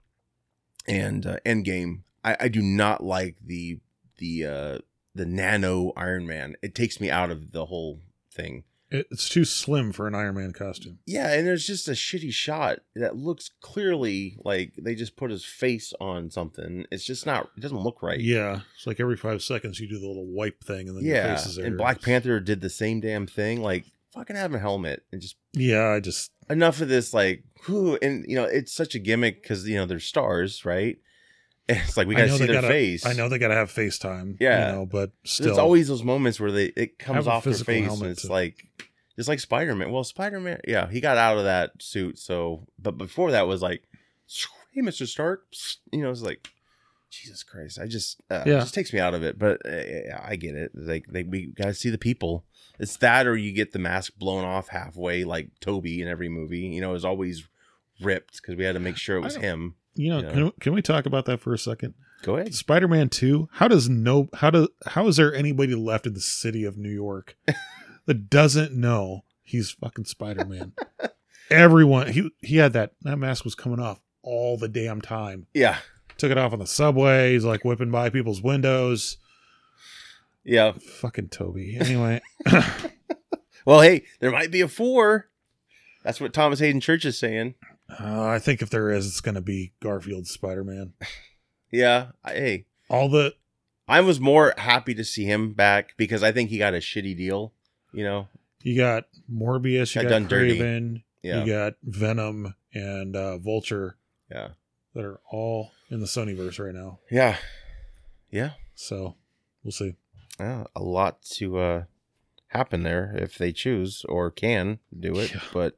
and uh, endgame I, I do not like the the uh the nano iron man it takes me out of the whole thing It, it's too slim for an Iron Man costume. yeah and there's just a shitty shot that looks clearly like they just put his face on something it's just not it doesn't look right Yeah, it's like every five seconds you do the little wipe thing, and then your yeah face is there. and black panther did the same damn thing like fucking have a helmet and just Yeah, I just enough of this like whew, and you know it's such a gimmick because you know they're stars right And it's like we I gotta know see they their gotta, face I know they gotta have FaceTime. Yeah. you know, but There's still, always those moments where they it comes Have a off their physical face and helmet it's to- like it's like spider-man well spider-man yeah he got out of that suit so but before that was like hey mr stark Psst, you know it's like jesus christ i just uh, it Yeah. just takes me out of it but uh, yeah, i get it like they, we gotta see the people it's that or you get the mask blown off halfway like toby in every movie you know is always ripped because we had to make sure it I was don't- him you know, Yeah. Can, can we talk about that for a second? go ahead Spider-Man Two. How does no? How does how is there anybody left in the city of New York that doesn't know he's fucking Spider-Man? Everyone. He he had that that mask was coming off all the damn time. yeah Took it off on the subway. He's like whipping by people's windows. yeah Fucking Toby. Anyway, well hey there might be a four that's what thomas hayden church is saying uh, I think if there is, it's going to be Garfield's Spider-Man. Yeah. I, hey, All the I was more happy to see him back because I think he got a shitty deal. You know. you got Morbius, Got you got, done dirty. Craven, Yeah. you got Venom, and uh, Vulture yeah. that are all in the Sonyverse right now. Yeah. Yeah. So we'll see. Yeah. A lot to uh happen there if they choose or can do it. Yeah. But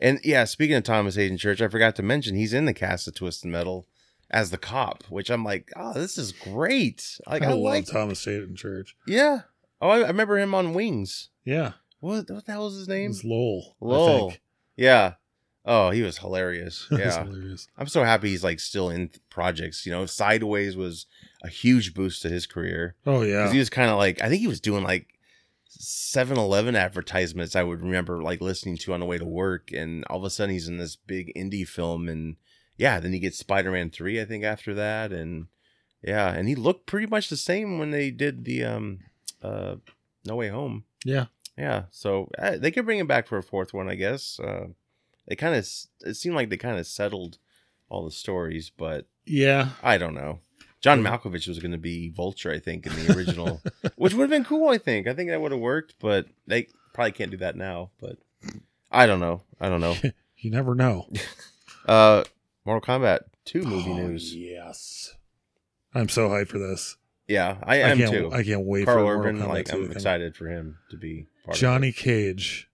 and yeah, speaking of Thomas Hayden Church, I forgot to mention he's in the cast of Twisted Metal as the cop, which I'm like, oh, this is great. Like I, I, love like Thomas Hayden Church. Yeah. Oh, I, I remember him on Wings. Yeah, What what the hell was his it name? was Lowell. Lowell. I think. Yeah. Oh, he was hilarious. It was Yeah. hilarious. I'm so happy he's like still in th- projects. You know, Sideways was a huge boost to his career Oh because yeah, he was kind of like I think he was doing like 7-Eleven advertisements. I would remember like listening to on the way to work, and all of a sudden he's in this big indie film, and yeah, then he gets Spider Man three, I think, after that, and yeah, and he looked pretty much the same when they did the um uh No Way Home. yeah. Yeah, so uh, they could bring him back for a fourth one, I guess. Uh, they kind of it seemed like they kind of settled all the stories, but Yeah, I don't know. John Malkovich was going to be Vulture, I think, in the original, which would have been cool. I think I think that would have worked, but they probably can't do that now. But I don't know. I don't know. you never know. Uh, Mortal Kombat two movie Oh, news. Yes, I'm so hyped for this. Yeah, I, I am can't. too. I can't wait Carl for Mortal Urban, Kombat like 2 to I'm come out. excited for him to be part Johnny Cage.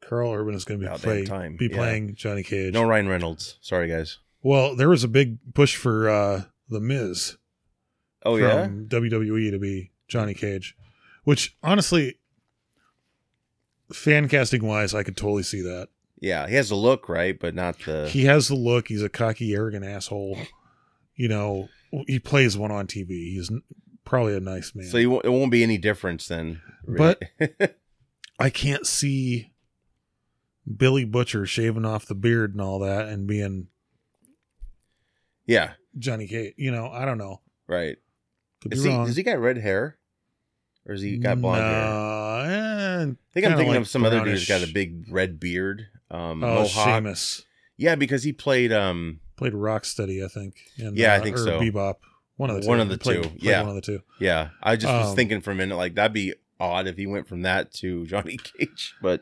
Carl Urban is going to be, About play, damn time, be yeah. playing Johnny Cage. Of it. No Ryan Reynolds. Sorry guys. Well, there was a big push for uh, The Miz Oh yeah. from WWE to be Johnny Cage, which honestly, fan casting wise, I could totally see that. Yeah, he has the look right, but not the. He has the look. He's a cocky, arrogant asshole. You know, he plays one on TV. He's n- probably a nice man. so you, won't- it won't be any difference then. But- I can't see Billy Butcher shaving off the beard and all that and being yeah, Johnny Cage. You know, I don't know. right. Could be Is he, wrong. uh, does he got red hair, or has he got blonde hair? hair. I think I'm thinking of some other dude who's got a big red beard, um, oh, mohawk. Sheamus Yeah, because he played um, played Rocksteady, I think. And, Yeah, I uh, think or so. Bebop, one of the two. One of the He played- two, played yeah. one of the two. yeah. I just was Um, thinking for a minute, like that'd be odd if he went from that to Johnny Cage. But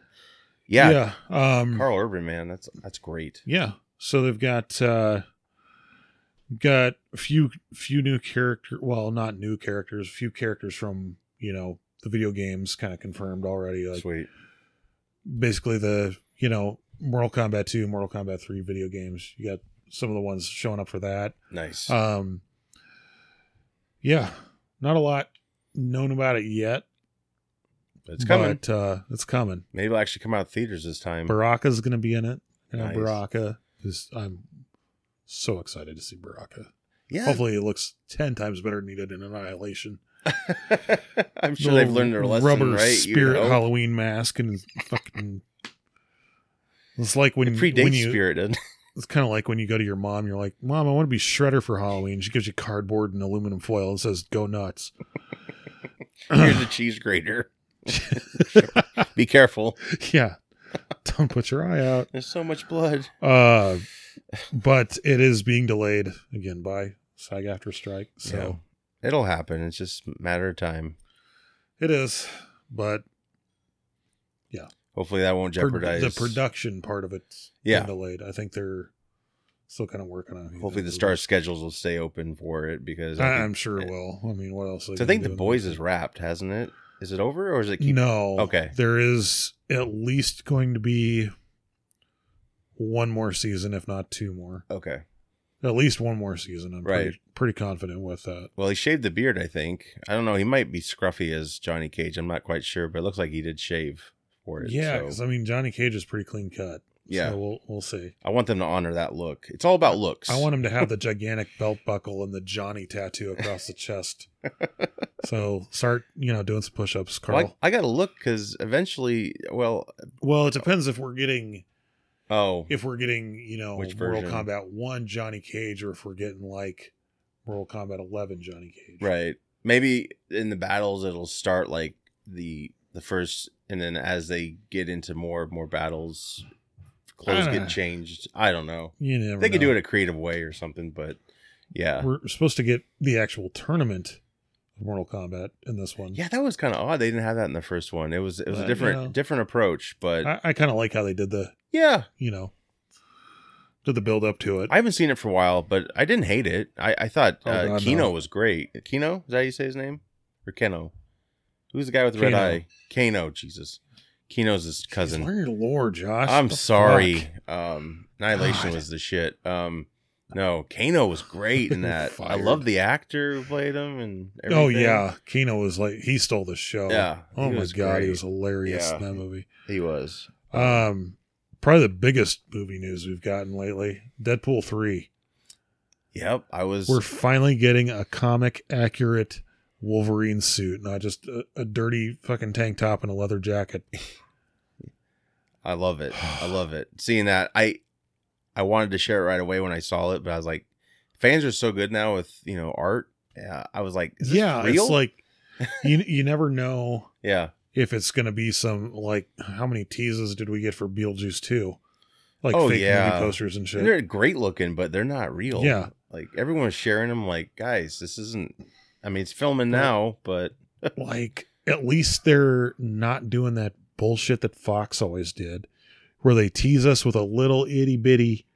yeah, yeah. Um, Carl Urban, man, that's that's great. yeah. So they've got uh, got a few few new character well not new characters a few characters from you know the video games kind of confirmed already like Sweet. basically the you know mortal kombat 2 mortal kombat 3 video games you got some of the ones showing up for that Nice. um yeah not a lot known about it yet it's coming. but uh it's coming Maybe it'll actually come out theaters this time. baraka's gonna be in it you know Nice. baraka is i'm so excited to see baraka yeah. hopefully it looks 10 times better than he did in annihilation I'm sure The they've learned their lesson, rubber right? You spirit know? Halloween mask and his fucking. It's like when It predates when you, Spirit, doesn't it? It's kind of like when you go to your mom, you're like, "Mom, I want to be Shredder for Halloween." She gives you cardboard and aluminum foil and says, "Go nuts." Here's a cheese grater. Be careful. yeah, don't put your eye out. There's so much blood. Uh, but it is being delayed again by SAG after strike, so Yeah. it'll happen. It's just a matter of time. it is. But Hopefully that won't pro- jeopardize the production part of it's Yeah. been delayed. I think they're still kind of working on. it. Hopefully the star They're- schedules will stay open for it because I I, think- I'm sure it will. I mean, what else? are they 'cause I gonna think do the in boys there? is wrapped, hasn't it? Is it over or is it keep? no. Okay. there is at least going to be one more season, if not two more. Okay. At least one more season. I'm Right. pretty, pretty confident with that. Well, he shaved the beard, I think. I don't know. He might be scruffy as Johnny Cage. I'm not quite sure, but it looks like he did shave for it. yeah, so- because I mean, Johnny Cage is pretty clean cut. Yeah. so we'll we'll see. I want them to honor that look. It's all about looks. I want him to have the gigantic belt buckle and the Johnny tattoo across the chest. So start, you know, doing some push-ups, Carl. Well, I, I got to look because eventually, well, well, it depends if we're getting oh, if we're getting you know Which Mortal version? Kombat One Johnny Cage, or if we're getting like Mortal Kombat Eleven Johnny Cage. right. Maybe in the battles it'll start like the the first, and then as they get into more more battles, clothes Ah. get changed. I don't know. You never. They could do it a creative way or something, but yeah, We're supposed to get the actual tournament of Mortal Kombat in this one. yeah, that was kind of odd. They didn't have that in the first one. It was it was Uh, a different no. different approach, but I, I kind of like how they did the yeah, you know did the build up to it. I haven't seen it for a while, but I didn't hate it. I, I thought Oh, uh, God, Kino no. was great. Kino is that how you say his name or Keno? Who's the guy with the red Kano. eye? Kano, Jesus, Kano's his cousin. Jeez, learn your lore, Josh. I'm What the sorry. fuck? Um, Annihilation God. was the shit. Um, no, Kano was great in You're that. I fired. love the actor who played him and everything. Oh yeah, Kino was like he stole the show. Yeah, Oh he my was god, great. he was hilarious in Yeah. Uh, that movie. he was. Um, probably the biggest movie news we've gotten lately: Deadpool three. Yep, I was. We're finally getting a comic accurate Wolverine suit, not just a, a dirty fucking tank top and a leather jacket. I love it. I love it. Seeing that, I I wanted to share it right away when I saw it, but I was like, fans are so good now with you know art. Yeah, I was like, is this yeah, real? it's like you you never know yeah, if it's gonna be some like how many teases did we get for Beetlejuice two, like Oh, fake yeah. movie posters and shit. they're great looking, but they're not real. Yeah. like everyone was sharing them. Like, guys, this isn't. I mean, it's filming now, but like at least they're not doing that bullshit that Fox always did, where they tease us with a little itty bitty,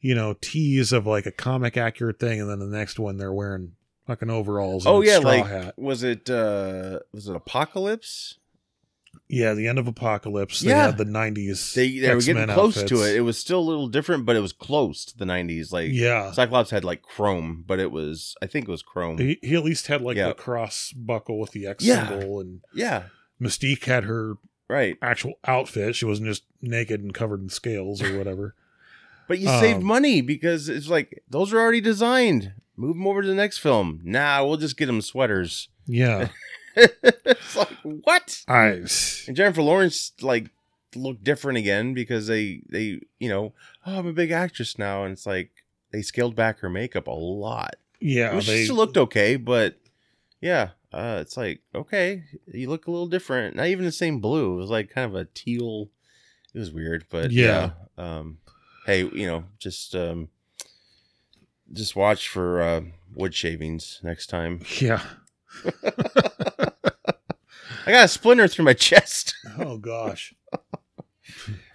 you know, tease of like a comic accurate thing, and then the next one they're wearing fucking overalls. And oh a yeah, straw like hat. was it uh was it Apocalypse? yeah, the end of Apocalypse. They Yeah. had the nineties. They they were getting close to it. It was still a little different, but it was close to the '90s. Like yeah, Cyclops had like chrome, but it was I think it was chrome. he, he at least had like Yeah. the cross buckle with the X Yeah. symbol, and yeah, Mystique had her right. actual outfit. She wasn't just naked and covered in scales or whatever. But you saved Um, money because it's like those are already designed. Move them over to the next film. Nah, we'll just get them sweaters. yeah, it's like what? I. And Jennifer Lawrence like looked different again because they they you know oh I'm a big actress now and it's like they scaled back her makeup a lot. Yeah, I mean, they- she still looked okay, but yeah, uh, it's like okay, you look a little different. Not even the same blue. It was like kind of a teal. It was weird, but yeah. Yeah. Um, hey, you know, just um, just watch for uh, wood shavings next time. Yeah. I got a splinter through my chest. Oh gosh.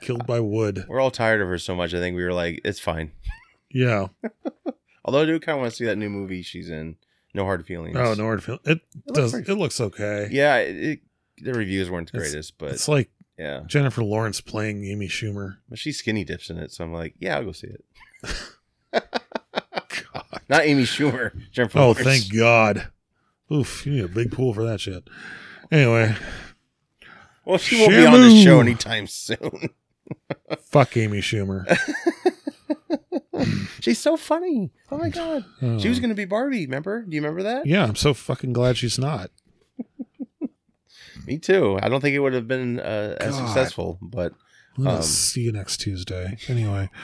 Killed by wood. We're all tired of her so much. I think we were like, it's fine. Yeah. Although I do kind of want to see that new movie she's in. No hard feelings. Oh, no hard feeling. It, looks does. pretty- It looks okay. Yeah, it, it, the reviews weren't the It's- greatest, but it's like yeah, Jennifer Lawrence playing Amy Schumer. but she skinny dips in it, so I'm like, yeah, I'll go see it. God. Not Amy Schumer. Jennifer Oh, Lawrence. thank God. Oof, you need a big pool for that shit. Anyway, Well, she won't be on this show Shamu. anytime soon. fuck Amy Schumer. she's so funny. Oh my god, Oh. she was gonna be Barbie. Remember? Do you remember that? Yeah, I'm so fucking glad she's not. Me too. I don't think it would have been uh, as God. successful, but I'm gonna Um, see you next Tuesday. Anyway.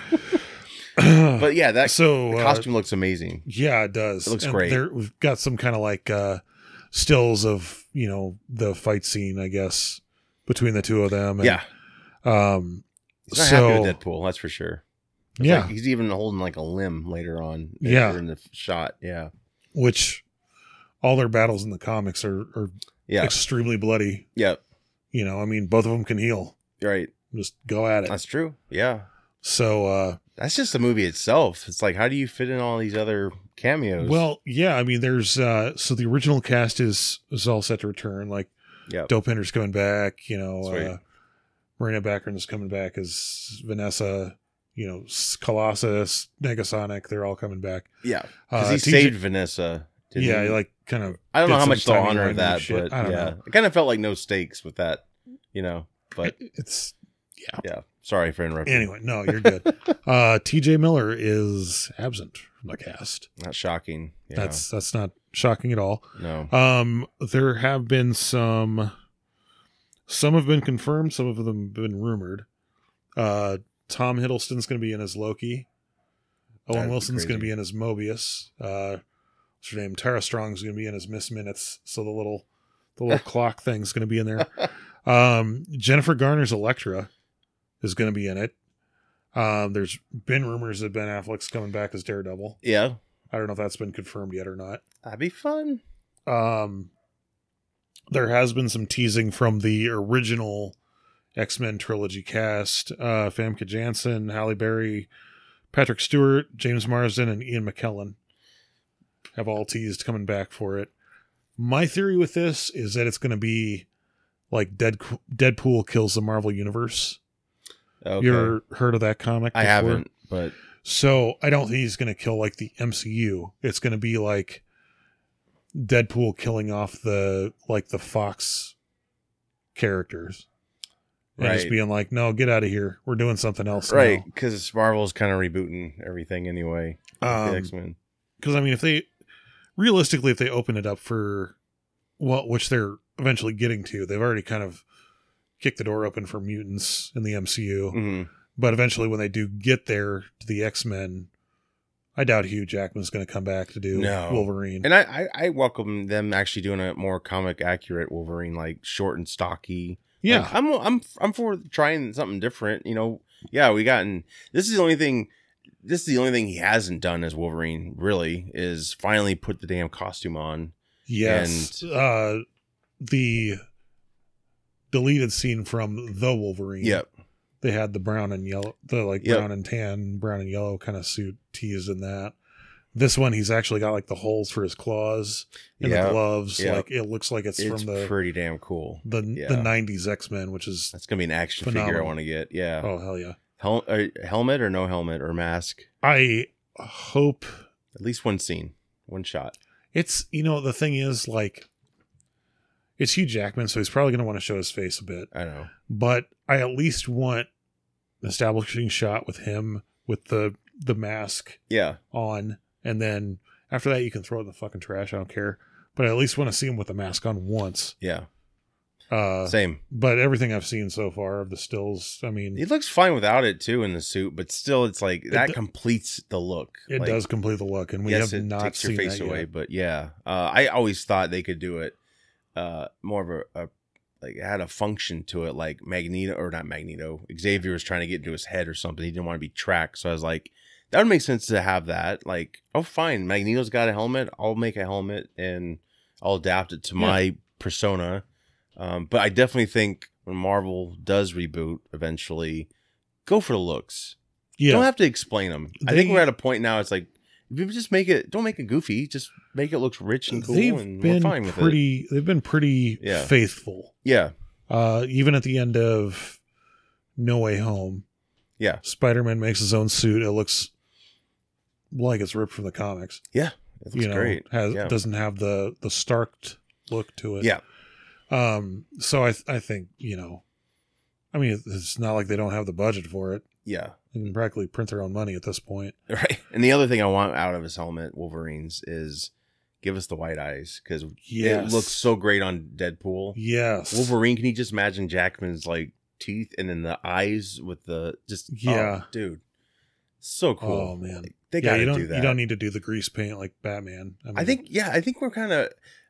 but yeah, that so the uh, costume looks amazing. Yeah, it does. It looks great. There, we've got some kind of like uh, stills of you know the fight scene, I guess, between the two of them. and, Yeah, Um. he's not so happy with Deadpool. That's for sure. It's yeah, like he's even holding like a limb later on. if Yeah. you're in the shot. Yeah, which all their battles in the comics are are yeah, extremely bloody. yeah. You know, I mean, both of them can heal. Right. Just go at it. That's true. Yeah. so, uh, That's just the movie itself. It's like, how do you fit in all these other cameos? well, yeah, I mean, there's uh, so the original cast is is all set to return. Like, yeah, Dope Hender's coming back. You know, Sweet. uh, Marina Baccarin's coming back as Vanessa. You know, S- Colossus, Negasonic, they're all coming back. yeah, because Uh, he TJ saved Vanessa. didn't yeah, he? like kind of. I don't know did how some much they'll timing honor random that, shit. but I don't yeah, know. it kind of felt like no stakes with that, you know. But It's yeah, sorry for interrupting. anyway. No, you're good. uh, T.J. Miller is absent from the cast. not shocking. Yeah, That's that's not shocking at all. no. Um, there have been some. Some have been confirmed. Some of them have been rumored. Uh, Tom Hiddleston's going to be in as Loki. Owen That'd be Wilson's going to crazy. be in as Mobius. Uh, what's her name? Tara Strong's going to be in as Miss Minutes. So the little, the little clock thing's going to be in there. Um, Jennifer Garner's Electra is going to be in it. Um, there's been rumors that Ben Affleck's coming back as Daredevil. yeah, I don't know if that's been confirmed yet or not. that'd be fun. Um, there has been some teasing from the original X Men trilogy cast: uh, Famke Janssen, Halle Berry, Patrick Stewart, James Marsden, and Ian McKellen have all teased coming back for it. My theory with this is that it's going to be like Dead Deadpool kills the Marvel Universe. Okay, You ever heard of that comic? I before? haven't, but So I don't think he's going to kill like the MCU. It's going to be like Deadpool killing off the like the Fox characters and Right. just being like, "No, get out of here. We're doing something else." right because Marvel's kind of rebooting everything anyway. Now. X Men. because Um, I mean, if they realistically, if they open it up for well, which they're eventually getting to, they've already kind of kicked the door open for mutants in the MCU. hmm But eventually, when they do get there to the X Men, I doubt Hugh Jackman's going to come back to do No. Wolverine. And I, I, I welcome them actually doing a more comic accurate Wolverine, like short and stocky. yeah, Like, I'm I'm I'm for trying something different. You know, yeah, we gotten this is the only thing. This is the only thing he hasn't done as Wolverine. Really, is finally put the damn costume on. yes. uh, the deleted scene from the Wolverine. Yep. they had the brown and yellow, the like Yep. brown and tan, brown and yellow kind of suit teased in that. This one, he's actually got like the holes for his claws and Yeah. the gloves. Yeah. Like it looks like it's, It's, from the pretty damn cool. the the yeah. '90s X Men, which is That's gonna be an action figure I Phenomenal. want to get. Yeah, oh hell yeah. Hel- uh, helmet or no helmet or mask. I hope At least one scene, one shot. It's you know the thing is like it's Hugh Jackman, so he's probably going to want to show his face a bit. I know. But I at least want an establishing shot with him with the the mask Yeah, on, and then after that you can throw it in the fucking trash. I don't care. But I at least want to see him with the mask on once. yeah. Uh, Same. but everything I've seen so far of the stills, I mean, He looks fine without it too in the suit, but still, it's like that do- completes the look. it Like, does complete the look, and we yes, have it not takes seen your face that away, yet. but yeah, uh, I always thought they could do it uh, more of a, a like it had a function to it, like Magneto or not Magneto. Xavier was trying to get into his head or something. He didn't want to be tracked, so I was like, that would make sense to have that. Like, oh, fine, Magneto's got a helmet. I'll make a helmet and I'll adapt it to my persona. Um, but I definitely think when Marvel does reboot eventually, go for the looks. Yeah, Don't have to explain them. I think They- we're at a point now. It's like If you just make it, don't make it goofy. Just make it look rich and cool, they've and been we're fine with it. pretty. They've been pretty Yeah. faithful. Yeah, Uh, even at the end of No Way Home, Yeah. Spider Man makes his own suit. It looks like it's ripped from the comics. it looks you know, great. has yeah. doesn't have the the starked look to it. Yeah. Um. So I th- I think you know, I mean, it's not like they don't have the budget for it. yeah, They can practically print their own money at this point. right. And the other thing I want out of his helmet, Wolverine's, is give us the white eyes because Yes. it looks so great on Deadpool. Yes. Wolverine, can you just imagine Jackman's like teeth and then the eyes with the just oh, Yeah. dude, so cool. Oh, man. they yeah, gotta you don't do that. you don't need to do the grease paint like Batman. mean, I think yeah, I think we're kind of.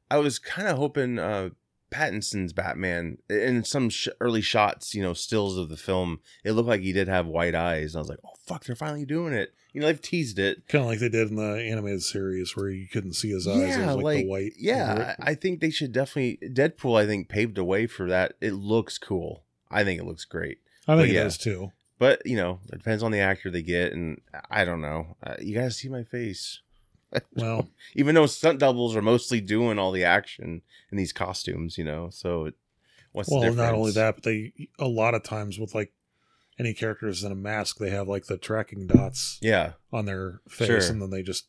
I was kind of hoping uh Pattinson's Batman in some sh- early shots, you know, stills of the film, it looked like he did have white eyes, and I was like, oh fuck, they're finally doing it. You know, they've teased it. kind of like they did in the animated series where you couldn't see his eyes. It was like, the white. yeah. I I think they should definitely. Deadpool, I think, paved the way for that. It looks cool. I think it looks great. I think but it yeah. is too. But you know, it depends on the actor they get, and I don't know. Uh, you guys see my face, Well, even though stunt doubles are mostly doing all the action in these costumes, you know. So, it, what's the well, difference? not only that, but they a lot of times with like any characters in a mask, they have like the tracking dots Yeah, on their face, Sure. and then they just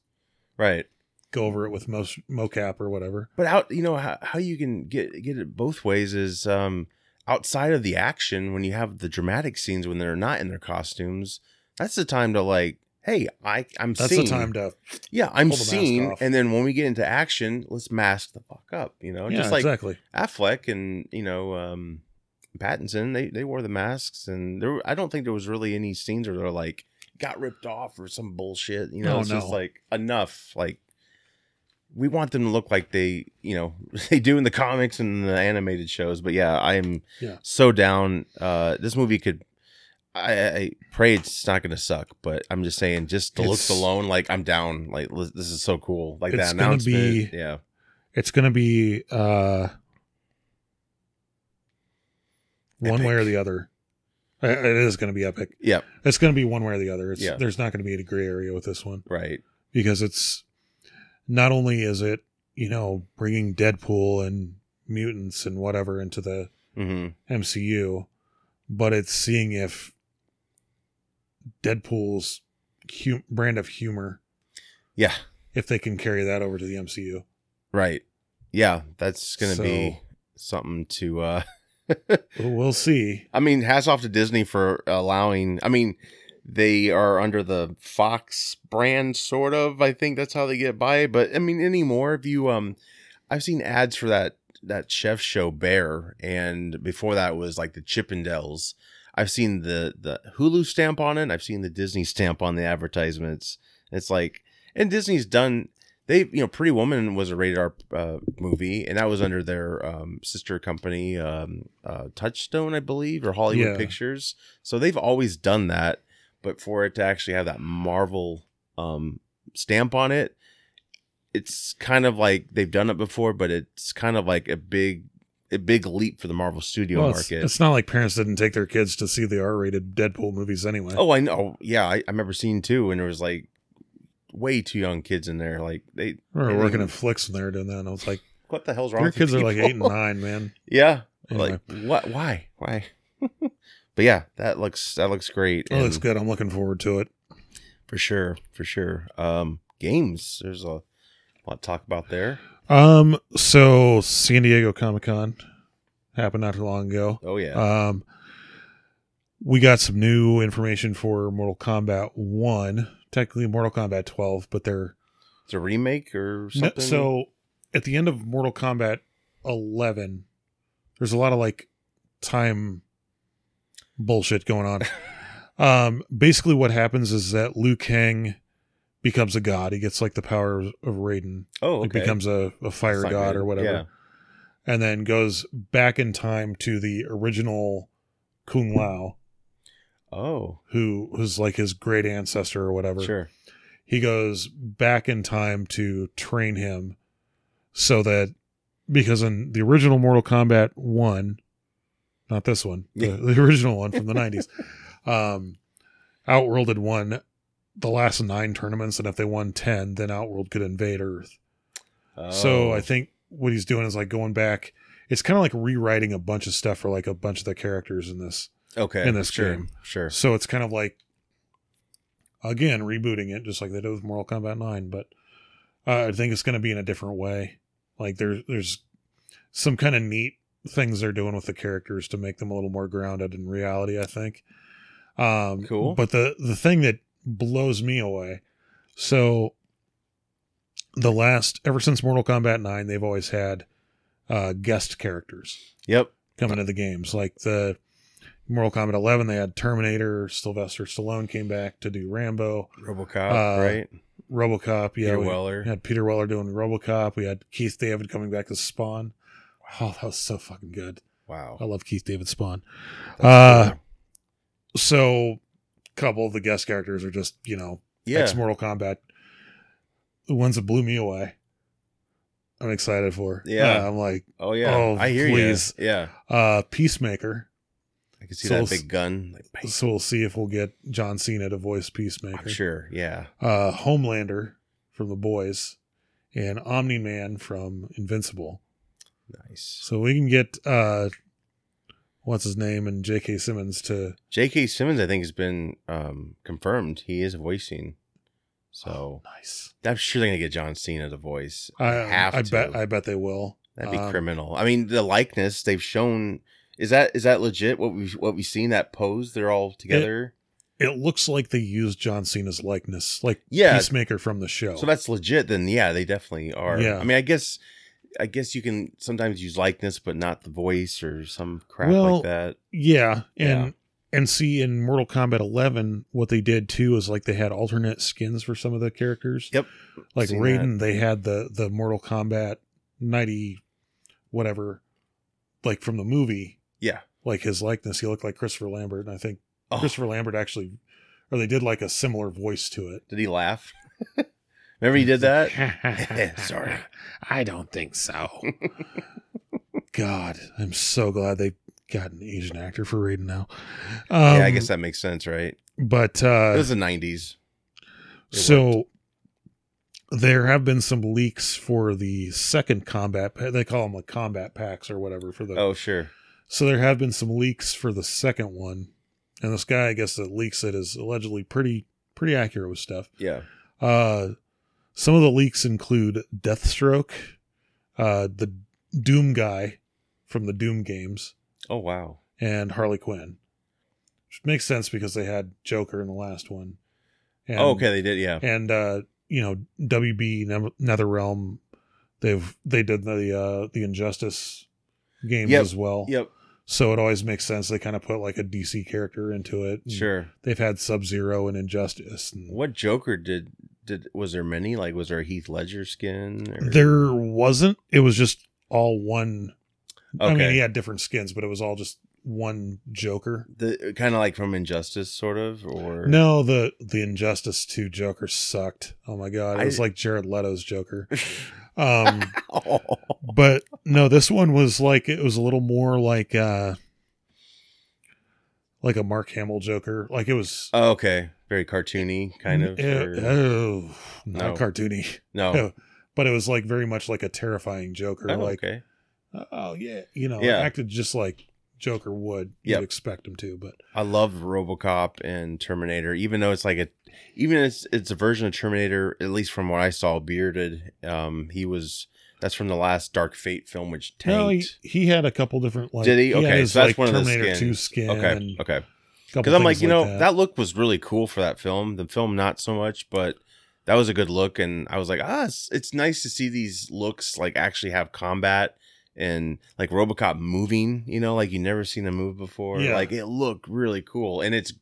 right. go over it with most mocap or whatever. But out, you know how, how you can get get it both ways is um, outside of the action when you have the dramatic scenes when they're not in their costumes. That's the time to like, hey, I I'm That's seen. the time to Yeah, I'm pull the mask seen. off. And then when we get into action, let's mask the fuck up. You know, yeah, just like exactly. Affleck and you know um, Pattinson, they they wore the masks, and there were- I don't think there was really any scenes where they're like got ripped off or some bullshit. You know, Oh, it's just no. like enough. Like we want them to look like they you know they do in the comics and the animated shows. But yeah, I am Yeah. so down. Uh, this movie could. I, I pray it's not gonna suck, but I'm just saying, just the looks It's- alone, like I'm down. Like li- this is so cool. Like It's that gonna be- announcement, yeah, It's gonna be uh one way or Epic. the other. I- It is going to be epic. Yep. It's going to be one way or the other. It's, Yeah. There's not going to be a gray area with this one. right, because it's not only is it you know bringing Deadpool and mutants and whatever into the hmm MCU, but it's seeing if Deadpool's hu- brand of humor yeah. if they can carry that over to the MCU. Right. Yeah, that's going to be So- something to uh But we'll see. I mean, hats off to Disney for allowing I mean, they are under the Fox brand sort of. I think that's how they get by, but I mean anymore if you um I've seen ads for that that chef show Bear and before that was like the Chippendales. I've seen the the Hulu stamp on it. I've seen the Disney stamp on the advertisements. It's like and Disney's done they you know Pretty Woman was a rated R uh, movie and that was under their um, sister company um, uh, Touchstone I believe or Hollywood Yeah. Pictures. So they've always done that, but for it to actually have that Marvel um, stamp on it, it's kind of like they've done it before, but it's kind of like a big a big leap for the Marvel studio Well, it's, market. it's not like parents didn't take their kids to see the R-rated Deadpool movies anyway. Oh, I know. Yeah, I, I remember seeing two, and there was like way too young kids in there. Like they, I remember and working they- at Flicks when they were doing that, and I was like, what the hell's wrong? "Your with kids are like people? eight and nine, man." Yeah, Anyway, like what? Why? Why? but yeah, that looks that looks great. it looks and good. I'm looking forward to it. for sure, for sure. Um, games. There's a lot to talk about there. Um, so San Diego Comic Con happened not too long ago. Oh yeah, Um, we got some new information for Mortal Kombat One, technically Mortal Kombat Twelve, but they're it's a remake or no- something. so at the end of Mortal Kombat Eleven, there's a lot of like time bullshit going on. um, basically, what happens is that Liu Kang becomes a god. He gets like the power of Raiden. oh, He okay. becomes a, a fire It's like god a- or whatever Yeah. and then goes back in time to the original Kung Lao, Oh, who was like his great ancestor or whatever. sure. He goes back in time to train him so that because in the original Mortal Kombat 1, not this one, the, the original one from the 90s, um, Outworlded 1, the last nine tournaments, and if they won ten, then Outworld could invade Earth. Oh. So I think what he's doing is like going back. It's kind of like rewriting a bunch of stuff for like a bunch of the characters in this. okay in this sure, game. Sure. So it's kind of like again rebooting it, just like they did with Mortal Kombat Nine. But uh, I think it's going to be in a different way. Like there's there's some kind of neat things they're doing with the characters to make them a little more grounded in reality. I think. Um, Cool. But the the thing that blows me away, so the last ever since Mortal Kombat Nine, they've always had uh, guest characters Yep. coming to the games. Like the Mortal Kombat 11, they had Terminator, Sylvester Stallone came back to do Rambo, RoboCop. Uh, right. RoboCop. Yeah, Peter we Weller. had Peter Weller doing RoboCop. We had Keith David coming back to Spawn. Oh, that was so fucking good. I Wow. love Keith David Spawn. That's Uh, cool. So, couple of the guest characters are just you know yeah. ex Mortal Kombat. The ones that blew me away. I'm excited for. Yeah. Uh, I'm like oh yeah. oh, I hear please. you. Yeah. uh Peacemaker. I can see So that we'll s- big gun. Like, bang. So we'll see if we'll get John Cena to voice Peacemaker. I'm sure. Yeah. uh, Homelander from The Boys, and Omni Man from Invincible. Nice. So we can get uh, what's his name and J.K. Simmons to J.K. Simmons, I think, has been um, confirmed. He is voicing. So nice. I'm sure they're gonna get John Cena to voice. I, have I to. bet I bet they will. That'd be Um, criminal. I mean, the likeness they've shown is that is that legit? What we what we seen that pose? They're all together. It looks like they used John Cena's likeness, like yeah. Peacemaker from the show. So that's legit. Then yeah, they definitely are. Yeah. I mean, I guess I guess you can sometimes use likeness, but not the voice or some crap Well, like that. yeah, and Yeah. and see in Mortal Kombat 11, what they did too is like they had alternate skins for some of the characters. Yep. like Seen Raiden, they had the the Mortal Kombat ninety, whatever, like from the movie, Yeah. like his likeness. He looked like Christopher Lambert, and I think Oh, Christopher Lambert actually, or they did like a similar voice to it. did he laugh? Remember he did that? Sorry. I don't think so. God, I'm so glad they got an Asian actor for Raiden now. Um, yeah, I guess that makes sense, right? But It uh, was the '90s. It so there have been some leaks for the second combat. pa- They call them like combat packs or whatever for the. Oh sure. So there have been some leaks for the second one, and this guy, I guess, that leaks it is allegedly pretty pretty accurate with stuff. Yeah. Uh, some of the leaks include Deathstroke, uh, the Doom guy from the Doom games, Oh wow. and Harley Quinn, which makes sense because they had Joker in the last one. And oh, okay, they did. Yeah. and uh you know wb Ne- netherrealm they've they did the uh the injustice games Yep, as well Yep. so it always makes sense they kind of put like a dc character into it And Sure. they've had sub zero and injustice and What Joker did did was there many? Like was there a Heath Ledger skin? Or... there wasn't it was just all one i mean Okay. he had different skins but it was all just one joker the kind of like from Injustice, sort of, or no the the injustice 2 joker sucked oh my god it I- was like jared leto's joker um Oh. but no this one was like it was a little more like uh like a mark hamill joker like it was Oh, okay, very cartoony kind of. Eh, or- oh not No. cartoony no, but it was like very much like a terrifying joker Oh, like okay, oh yeah you know Yeah. acted just like joker would Yep. you'd expect him to but I love RoboCop and Terminator, even though it's like a, even it's it's a version of Terminator, at least from what I saw, bearded. Um, he was that's from the last Dark Fate film, which no he, tanked. he had a couple different like Did he? had Okay, his, so that's like, one of the terminator skins. 2 skin okay, and okay. a couple because I'm like, things you know, that. that. look was really cool for that film. The film, not so much, but that was a good look, and I was like, ah, it's, it's nice to see these looks like actually have combat and like RoboCop moving. You know, like you never seen a move before. Yeah. Like it looked really cool, and it's,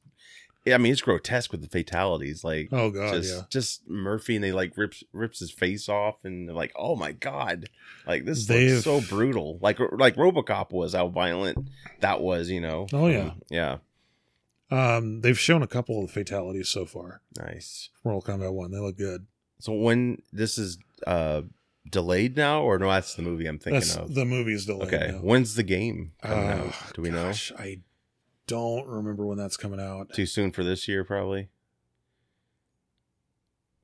I mean, it's grotesque with the fatalities, like. oh god just, yeah just Murphy, and they like rips rips his face off, and they're like, "Oh my god, like this They've- looks so brutal." Like like RoboCop was how violent that was, you know? Oh, yeah. Um, yeah, um they've shown a couple of fatalities so far nice. Mortal Kombat One. They look good. So when this is uh delayed now, or no, that's the movie I'm thinking That's of. the movie's delayed. okay, now. when's the game coming Uh, out? Do we know? gosh, I don't remember when that's coming out. Too soon for this year, probably.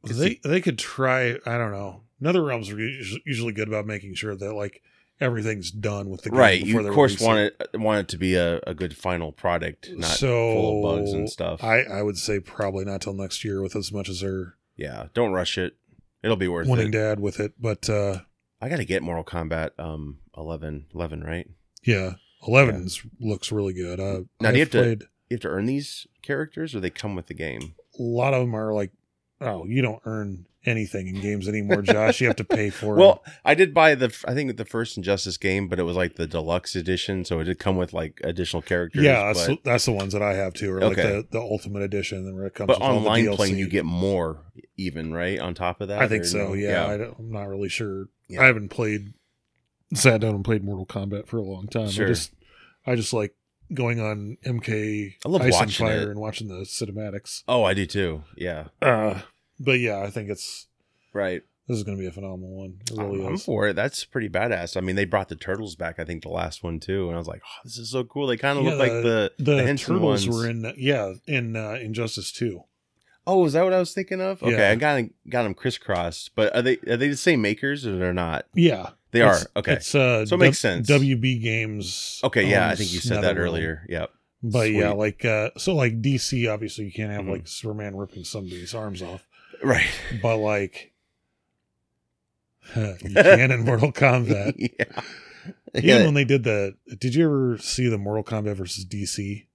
'Cause they he- they could try. I don't know. Nether realms are us- usually good about making sure that like everything's done with the game right. Before You they of course release it. want it uh, want it to be a, a good final product, not full of bugs and So, stuff. I I would say probably not till next year with as much as they're yeah, don't rush it. It'll be worth wanting it. to add with it. But uh I got to get Mortal Kombat um 11, 11, right? yeah, eleven looks really good. Uh, Now, do you I've have to- played- You have to earn these characters, or they come with the game. a lot of them are like, oh, you don't earn anything in games anymore, Josh. You have to pay for it. Well, I did buy the f- I think the first Injustice game, but it was like the deluxe edition, so it did come with like additional characters. yeah, that's, but, that's the ones that I have too, or like Okay. the, the ultimate edition, and where it comes. but with all the online DLC. playing, you get more even right on top of that. I think or so. no? Yeah, I don't, I'm not really sure. Yeah. I haven't played, sat down and played Mortal Kombat for a long time. Sure. I just, I just like going on MK I love Ice and watching Fire it. and watching the cinematics. Oh, I do too. Yeah. Uh, but yeah, I think it's Right. this is going to be a phenomenal one. It really I'm- I'm is. for it. That's pretty badass. I mean, they brought the turtles back. I think the last one too, and I was like, oh, this is so cool. They kind of Yeah, look like the the, Henson turtles ones. were in yeah in uh, Injustice Two. Oh, is that what I was thinking of? Okay, Yeah. I got got them crisscrossed. But are they are they the same makers or they're not? Yeah, They are. It's- Okay. it's, uh, So it makes W- sense. WB Games. Okay, yeah, I owns think you said that Netherrealm. earlier. Yep. But yeah, Sweet. like uh, so, like DC. Obviously, you can't have Mhm. like Superman ripping somebody's arms off, Right. but like you can in Mortal Kombat. yeah. Even Yeah. when they did the, did you ever see the Mortal Kombat versus DC?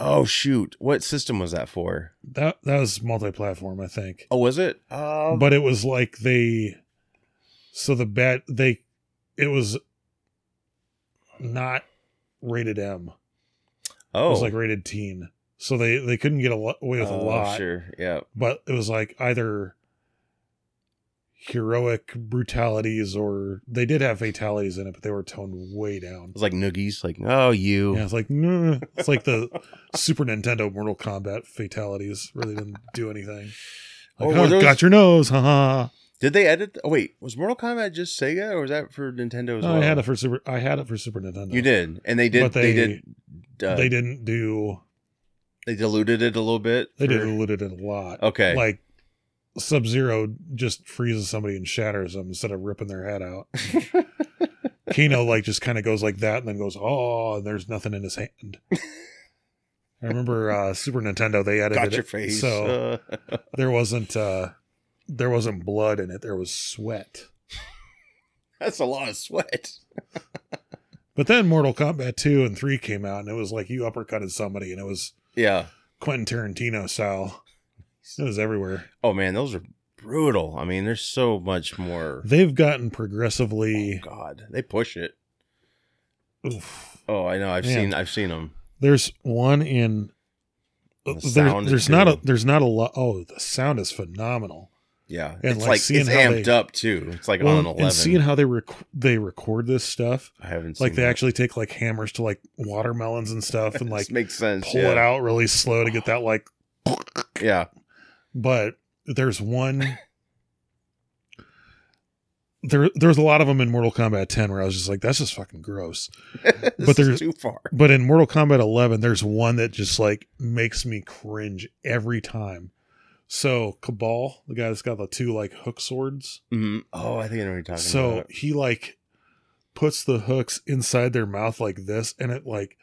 Oh shoot! What system was that for? That that was multi-platform, I think. Oh, was it? Um, but it was like they so the bad they it was not rated m it oh, was like rated teen so they they couldn't get a lo- away with a Oh, lot Sure. Yeah. but it was like either heroic brutalities or they did have fatalities in it but they were toned way down It was like noogies. Like oh, you. yeah, it's like nah. it's like the Super Nintendo Mortal Kombat fatalities really didn't do anything. Or Like, were "Huh, those- got your nose, haha. Did they edit? oh wait, was Mortal Kombat just Sega or was that for Nintendo as No, well? I had it for Super. I had it for Super Nintendo. You did, and they did. But They, they- did. Uh, they they, didn't do. diluted it a little bit. They for- diluted it a lot. Okay. Like Sub Zero just freezes somebody and shatters them instead of ripping their head out. Kano like just kind of goes like that and then goes, oh, and there's nothing in his hand. I remember uh, Super Nintendo. They edited got your it face. so Uh, there wasn't uh, there wasn't blood in it. There was sweat. that's a lot of sweat. But then Mortal Kombat two and three came out, and it was like you uppercutted somebody, and it was Yeah. Quentin Tarantino style. It was everywhere. Oh man, those are brutal. I mean, there's so much more. They've gotten progressively. Oh, God, they push it. Oof. Oh, I know. I've Man. seen. I've seen them. There's one in. The there- sound is there's not a good. there's not a lot. Oh, the sound is phenomenal. Yeah, And, it's like, like, seeing it's how amped they- up too. It's like on an eleven. and seeing how they rec- they record this stuff, I haven't like seen they that. actually take like hammers to like watermelons and stuff, and like This makes sense. pull yeah. it out really slow to get that like. Yeah, But there's one. There, there's a lot of them in Mortal Kombat 10 where I was just like, that's just fucking gross. This But there's- is too far. But in Mortal Kombat 11, there's one that just like makes me cringe every time. So Cabal, the guy that's got the two like hook swords, Mhm. Oh, I think I know what you're talking so about. he like puts the hooks inside their mouth like this, and it like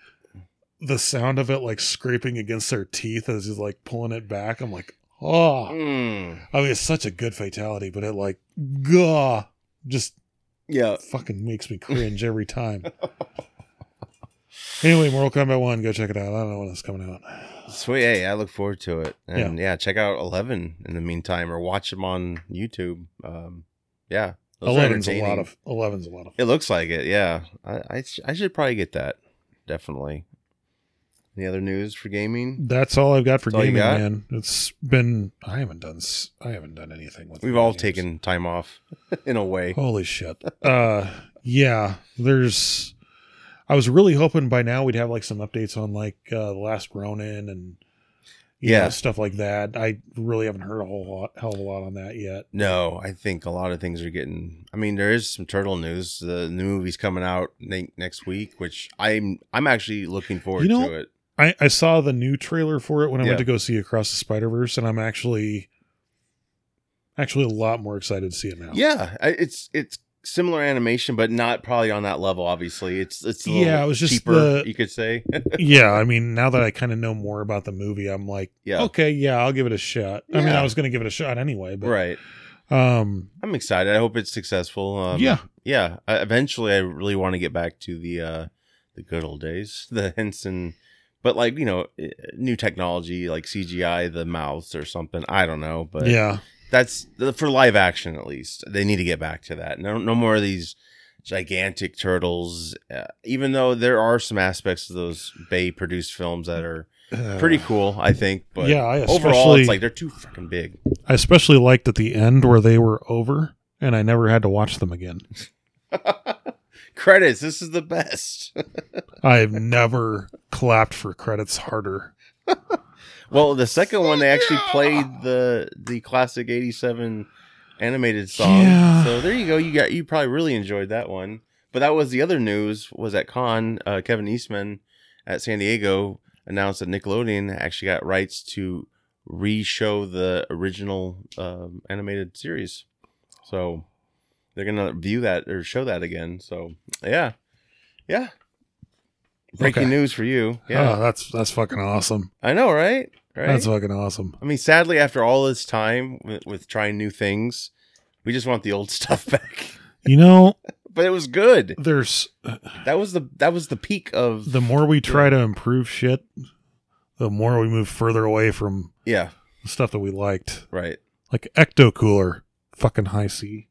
the sound of it like scraping against their teeth as he's like pulling it back. I'm like, oh, Mm. I mean, it's such a good fatality, but it like, gah, just Yeah. fucking makes me cringe every time. anyway, Mortal Kombat 1, go check it out. I don't know when it's coming out. Sweet. Hey, I look forward to it. And yeah, check out Eleven in the meantime, or watch them on YouTube. Um, yeah, those are 11's a lot entertaining. of 11's a lot of It looks like it. Yeah, I I, sh- I should probably get that. Definitely. Any other news for gaming? That's all I've got for That's all you gaming, got? man. It's been I haven't done s- I haven't done anything with We've video all games. taken time off, in a way. Holy shit. Uh yeah, there's I was really hoping by now we'd have like some updates on like uh The Last Ronin and you Yeah. know, stuff like that. I really haven't heard a whole lot, hell of a lot on that yet. No, I think a lot of things are getting. I mean, there is some turtle news. The new movie's coming out ne- next week, which I'm I'm actually looking forward You know- to it. I, I saw the new trailer for it when I Yeah. went to go see Across the Spider Verse, and I'm actually Actually, a lot more excited to see it now. Yeah, I- it's it's similar animation, but not probably on that level. Obviously, it's it's a Yeah, little it was just cheaper. the- You could say, yeah. I mean, now that I kind of know more about the movie, I'm like, yeah, okay, yeah, I'll give it a shot. I mean, Yeah. I was going to give it a shot anyway, but right. um, I'm excited. I hope it's successful. Um, yeah, yeah. I, eventually, I really want to get back to the uh the good old days, the Henson. But like you know, eh, new technology like CGI, the mouths or something. I don't know, but yeah, that's for live action at least. They need to get back to that. No, no more of these gigantic turtles. Uh, even though there are some aspects of those Bay produced films that are pretty cool, I think. But Uh, yeah, I overall, especially- it's like they're too fucking big. I especially liked at the end where they were over, and I never had to watch them again. Credits. This is the best. I've never clapped for credits harder. well, the second one they actually played the the classic '87 animated song. Yeah. So there you go. You got you probably really enjoyed that one. But that was the other news. Was at con uh, Kevin Eastman at San Diego announced that Nickelodeon actually got rights to re-show the original um, animated series. So they're gonna view that or show that again. So yeah, yeah. Breaking Okay. news for you. Yeah, Yeah, Oh, that's that's fucking awesome. I know, right? Right. That's fucking awesome. I mean, sadly, after all this time with, with trying new things, we just want the old stuff back. You know, but it was good. there's That was the that was the peak of the more we try to improve shit, the more we move further away from yeah. the stuff that we liked. Right. Like Ecto Cooler, fucking high C.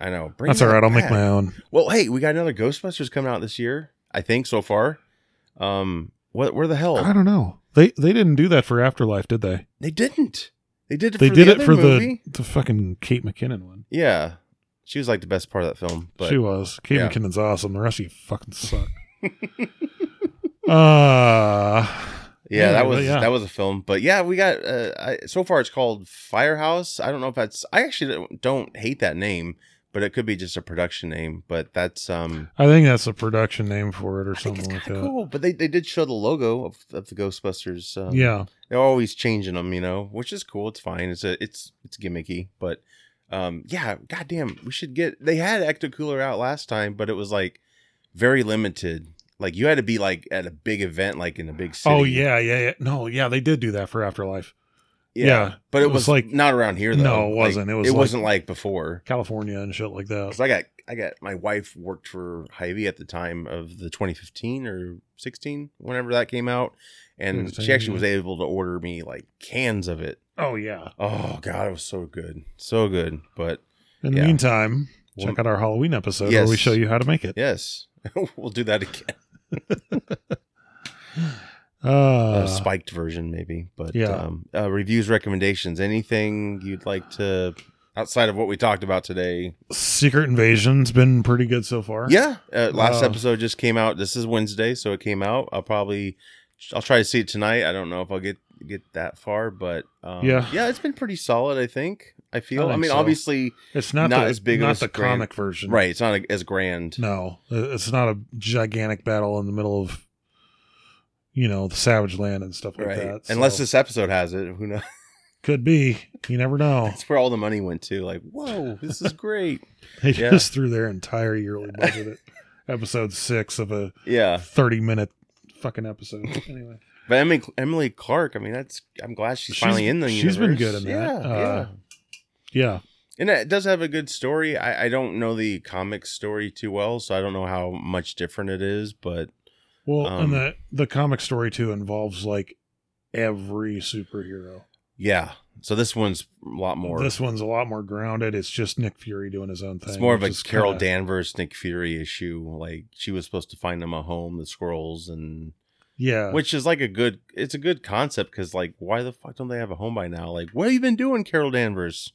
I know. Bring That's that all right. I'll make back. my own. Well, hey, we got another Ghostbusters coming out this year. I think so far. Um, what? Where the I hell? don't know. They they didn't do that for Afterlife, did they? They didn't. They did it. They for did the it other for movie. the the fucking Kate McKinnon one. the. Yeah, she was like the best part of that film. But she was. Kate yeah. McKinnon's awesome. The rest of you fucking suck. uh Yeah, that was yeah. that was a film. But yeah, we got uh, I, so far it's called Firehouse. I don't know if that's I actually don't, don't hate that name, but it could be just a production name. But that's um I think that's a production name for it or I think something it's like kind that. of cool. But they, they did show the logo of, of the Ghostbusters. Um, Yeah. they're always changing them, you know, which is cool. It's fine. It's a it's it's gimmicky, but um yeah, goddamn, we should get. They had Ecto Cooler out last time, but it was like very limited. Like you had to be like at a big event, like in a big city. Oh yeah, yeah, yeah. No, yeah, they did do that for Afterlife. Yeah. Yeah, But it, it was, was like like- not around here though. No, it Like, wasn't. It was it like- Uh, wasn't like before. California and shit like that. Cuz I got I got my wife worked for Hy-Vee at the time of the 2015 or 16 whenever that came out and 16, she actually yeah. was able to order me like cans of it. Oh yeah. Oh god, it was so good. So good. But In the Yeah. meantime, Well- check out our Halloween episode where we Yes. show you how to make it. yes, we'll do that again. Uh, a spiked version maybe, but yeah. um uh, reviews recommendations, anything you'd like to outside of what we talked about today Secret Invasion's been pretty good so far. Yeah, uh, last Uh, episode just came out. This is Wednesday, so it came out. I'll probably I'll try to see it tonight. I don't know if I'll get get that far, but um, Yeah. yeah, it's been pretty solid. I think. I feel. I, think mean, so. obviously, It's not, Not the, as big of not a the grand- comic version. right? It's not a, as grand. No, it- it's not a gigantic battle in the middle of you know, the savage land and stuff like Right. that. so- Unless this episode has it, who knows? could be. You never know. That's where all the money went to. Like, whoa, this is great. They Yeah. just threw their entire yearly budget at episode six of a yeah, thirty minute fucking episode. Anyway. but Emily, Emily Clark. I mean, that's. I'm glad she's, She's- finally in the. she's been universe. good in that. Yeah, yeah. Uh, Yeah. And it does have a good story. I, I don't know the comic story too well, so I don't know how much different it is, but Well Um, and the the comic story too involves like every superhero. yeah. So this one's a lot more. This one's a lot more grounded. It's just Nick Fury doing his own thing. it's more of a which is Carol kinda- Danvers, Nick Fury issue. Like she was supposed to find them a home, the squirrels, and Yeah. which is like a good. It's a good concept because like, why the fuck don't they have a home by now? Like, what have you been doing, Carol Danvers?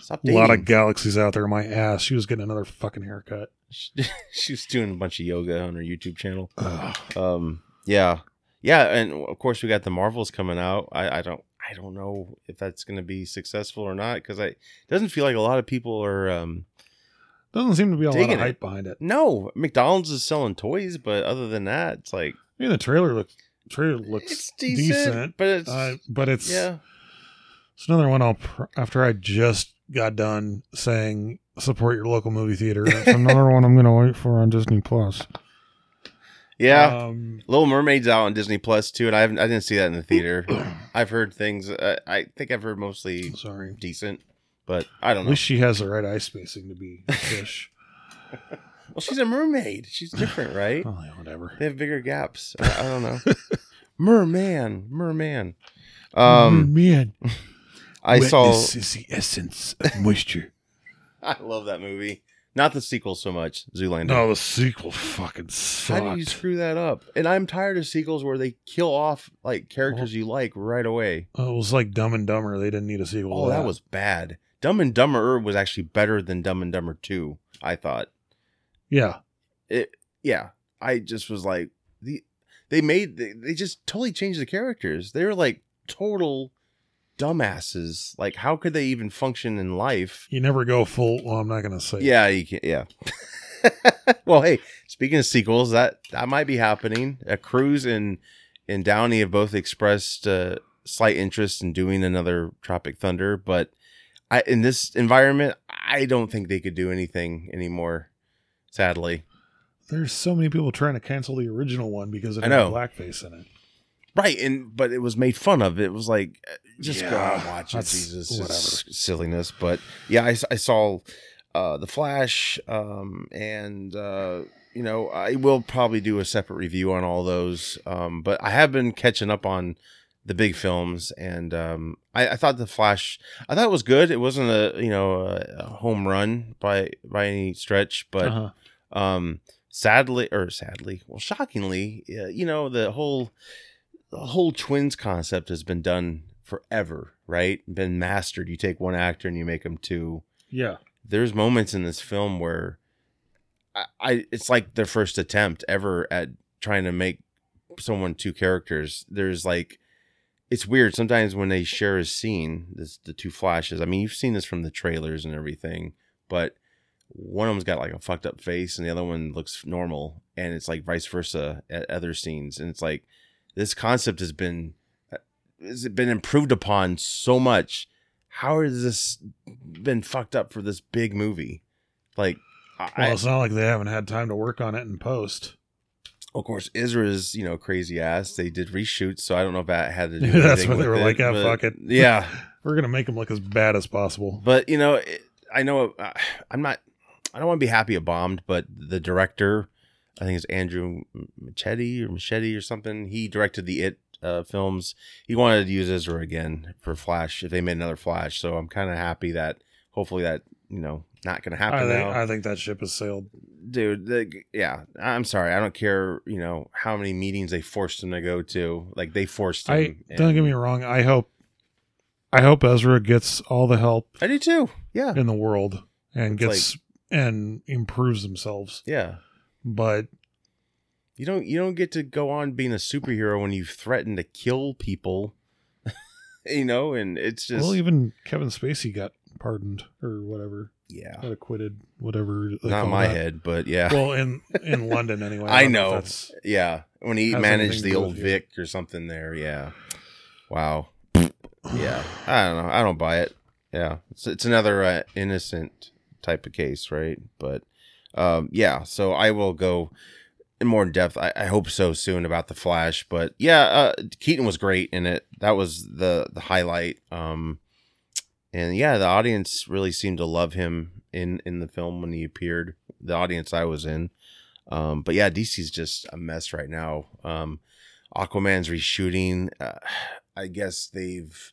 Stop a dating. lot of galaxies out there. My ass. She was getting another fucking haircut. she was doing a bunch of yoga on her YouTube channel. Ugh. um yeah yeah and of course we got the marvels coming out i i don't i don't know if that's going to be successful or not because i it doesn't feel like a lot of people are um Doesn't seem to be a lot Digging of it. hype behind it. no mcdonald's is selling toys but other than that it's like I mean, the trailer looks trailer looks it's decent, decent, but it's uh, but it's yeah It's another one. I'll pr- after I just got done saying support your local movie theater. It's another one I'm going to wait for on Disney Plus. Yeah, Um, Little Mermaid's out on Disney Plus too, and I haven't I didn't see that in the theater. I've heard things. Uh, I think I've heard mostly sorry. decent, but I don't At know. least she has the right eye spacing to be fish. Well, she's a mermaid. She's different, right? oh, yeah, whatever. They have bigger gaps. I, I don't know. merman, merman. Mm-hmm. Mm, Um, man, I saw. is the essence of moisture. I love that movie. Not the sequel so much, Zoolander. no, the sequel fucking How did you sucked. screw that up? And I'm tired of sequels where they kill off like characters you like right away. Oh, it was like Dumb and Dumber. They didn't need a sequel. Oh, to that was bad. Dumb and Dumber was actually better than Dumb and Dumber 2, I thought. yeah. It yeah, I just was like the they made they, they just totally changed the characters. They were like total dumbasses. Like how could they even function in life? You never go full. Well, I'm not gonna say. Yeah, you can yeah. well, hey, speaking of sequels, that that might be happening. Uh, Cruz and and Downey have both expressed uh, slight interest in doing another Tropic Thunder, but I in this environment, I don't think they could do anything anymore. Sadly, There's so many people trying to cancel the original one because it I had know. blackface in it. right? And but it was made fun of. It was like uh, just go Yeah, out and watch it. that's- Jesus, whatever. it's silliness. But yeah, I, s- I saw uh, the Flash, um, and uh, you know, I will probably do a separate review on all those. Um, but I have been catching up on the big films, and um, I, I thought the Flash, I thought it was good. It wasn't a you know a a home run by by any stretch, but uh-huh. um sadly or sadly well shockingly uh, you know the whole the whole twins concept has been done forever right been mastered you take one actor and you make them two Yeah. there's moments in this film where I, I it's like their first attempt ever at trying to make someone two characters. There's like it's weird sometimes when they share a scene, this the two flashes. I mean, you've seen this from the trailers and everything, but one of them's got like a fucked up face and the other one looks normal and it's like vice versa at other scenes and it's like this concept has been uh, has been improved upon so much how has this been fucked up for this big movie like Well, I, it's not like they haven't had time to work on it in post. of course Isra's you know crazy ass they did reshoots so I don't know if that had to do Maybe that's anything what they with were like, "Ah, but- fuck it." yeah We're gonna make them look as bad as possible. But you know, it, I know uh, I'm not. I don't want to be happy it bombed, but the director, I think it's Andrew Machete or Machete or something. He directed the It uh, films. He wanted to use Ezra again for Flash if they made another Flash. So I'm kind of happy that hopefully that you know not going to happen I think, now I think that ship has sailed. dude the, yeah i'm sorry i don't care you know how many meetings they forced him to go to like they forced him I and- don't get me wrong. I hope, I hope Ezra gets all the help i do too yeah in the world and It's gets and improves themselves. yeah But You don't you don't get to go on being a superhero when you threaten to kill people. you know, and it's just well, even Kevin Spacey got pardoned or whatever, yeah, got acquitted, whatever. they not call my that. head, but yeah. Well, in in London anyway. I don't know. if That's, yeah, when he Has managed anything the to do old with you. Vic or something there, yeah. Wow. yeah. I don't know. I don't buy it. Yeah. It's it's another uh, innocent type of case, right? But um yeah, so I will go in more in depth. I, I hope so soon about the Flash, but yeah, uh, Keaton was great in it. That was the the highlight. Um and yeah, the audience really seemed to love him in in the film when he appeared. The audience I was in. Um, but yeah, DC's just a mess right now. Um, Aquaman's reshooting. Uh, I guess they've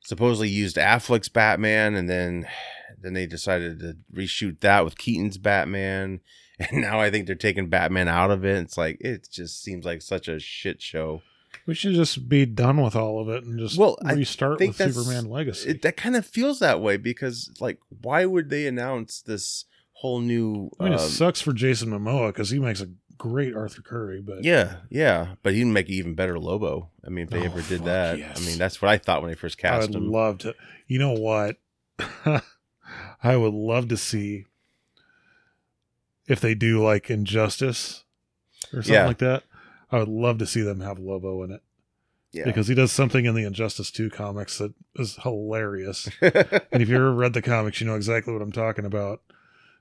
supposedly used Affleck's Batman, and then then they decided to reshoot that with Keaton's Batman, and now I think they're taking Batman out of it. It's like it just seems like such a shit show. we should just be done with all of it and just Well, I restart think with that's- Superman Legacy. It, that kind of feels that way because like, why would they announce this whole new? I mean, it um, sucks for Jason Momoa because he makes a great Arthur Curry, but Yeah, yeah, but he'd make an even better Lobo. I mean, if they Oh, ever did fuck that, yes. I mean, that's what I thought when they first I cast would him. love to. You know what? I would love to see if they do like Injustice or something Yeah. like that. I would love to see them have Lobo in it. Yeah. because he does something in the Injustice 2 comics that is hilarious. and if you ever read the comics, you know exactly what I'm talking about.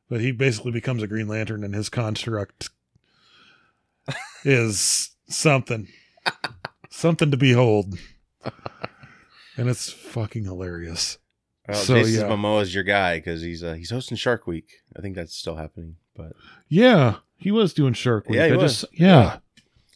But he basically becomes a Green Lantern, and his construct is something, something to behold, and it's fucking hilarious. Well, So, Jason yeah. Momoa is your guy because he's uh, he's hosting Shark Week. I think that's still happening, but Yeah, he was doing Shark Week. Yeah, he I was. just yeah,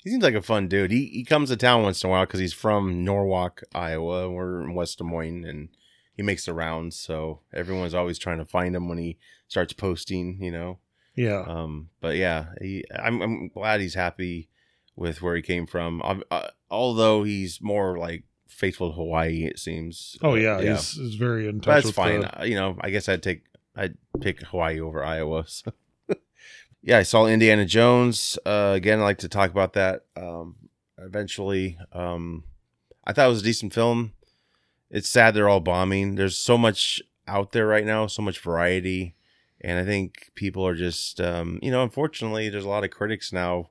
he seems like a fun dude. He he comes to town once in a while because he's from Norwalk, Iowa. and We're in West Des Moines, and he makes the rounds. So everyone's always trying to find him when he starts posting. You know, yeah. um, but yeah, he, I'm I'm glad he's happy with where he came from. Um, Uh, although he's more like faithful to Hawaii, it seems. oh yeah, yeah. He's, he's very in But touch. that's with fine. the- Uh, you know, I guess I'd take I'd pick Hawaii over Iowa. So. yeah, I saw Indiana Jones uh, again. I like to talk about that um, eventually. Um, I thought it was a decent film. It's sad they're all bombing. There's so much out there right now, so much variety, and I think people are just um, you know, unfortunately, there's a lot of critics now.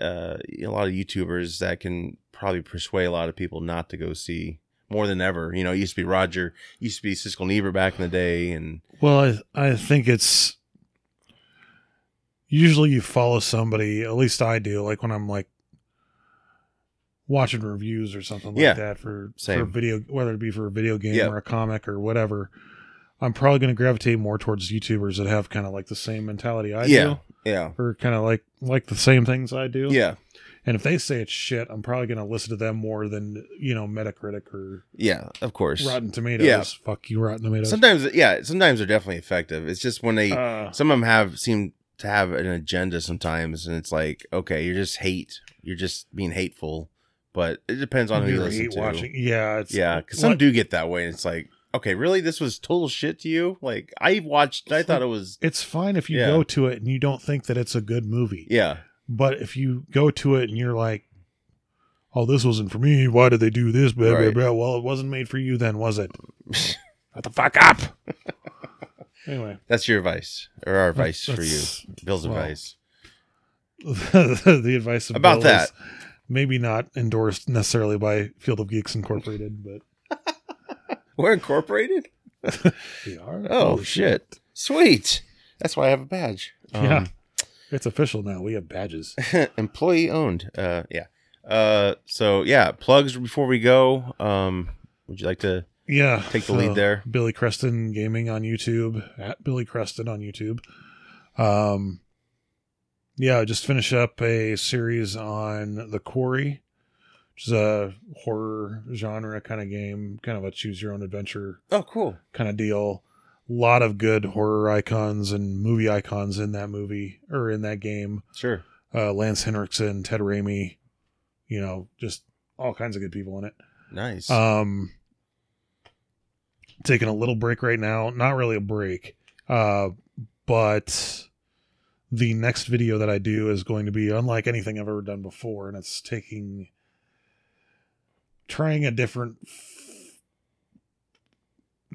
Uh, a lot of YouTubers that can probably persuade a lot of people not to go see more than ever. You know, it used to be Roger used to be Siskel Niebuhr back in the day, and Well, I, I think it's usually you follow somebody, at least I do, like when I'm like watching reviews or something like Yeah. that for, for Same. video, whether it be for a video game Yeah. or a comic or whatever. I'm probably going to gravitate more towards YouTubers that have kind of like the same mentality I yeah, yeah, do, or kind of like like the same things I do. yeah, And if they say it's shit, I'm probably going to listen to them more than you know Metacritic or yeah. Of course. Rotten Tomatoes. Yeah. Fuck you, Rotten Tomatoes. Sometimes, yeah, sometimes they're definitely effective. It's just when they Uh, some of them have seem to have an agenda sometimes, and it's like, okay, you're just hate, you're just being hateful. But it depends on who you I listen hate to. watching. Yeah, it's, Yeah, because some do get that way, and it's like, okay, really, this was total shit to you. Like I watched, I thought it was, it's fine if you Yeah. go to it and you don't think that it's a good movie. yeah, But if you go to it and you're like, "Oh, this wasn't for me. Why did they do this?" Blah, Right. blah, blah. Well, it wasn't made for you then, was it? Shut the fuck up. anyway, that's your advice or our advice for you, that's- Bill's well, advice. the advice of About Bill that. is maybe not endorsed necessarily by Field of Geeks Incorporated, but We're incorporated. they are. Oh Holy shit. Sweet. That's why I have a badge. Yeah. um, It's official now. We have badges. yeah. employee owned. Uh yeah. Uh so yeah, plugs before we go. Um would you like to Yeah. Take the lead there. Billy Creston Gaming on YouTube, at Billy Creston on YouTube. Um, yeah, I just finish up a series on The Quarry, which is a horror genre kind of game, kind of a choose your own adventure Oh cool. kind of deal. A lot of good horror icons and movie icons in that movie or in that game. Sure. Uh, Lance Henriksen, Ted Raimi, you know, just all kinds of good people in it. Nice. Um, taking a little break right now. Not really a break, uh, but the next video that I do is going to be unlike anything I've ever done before, and it's taking trying a different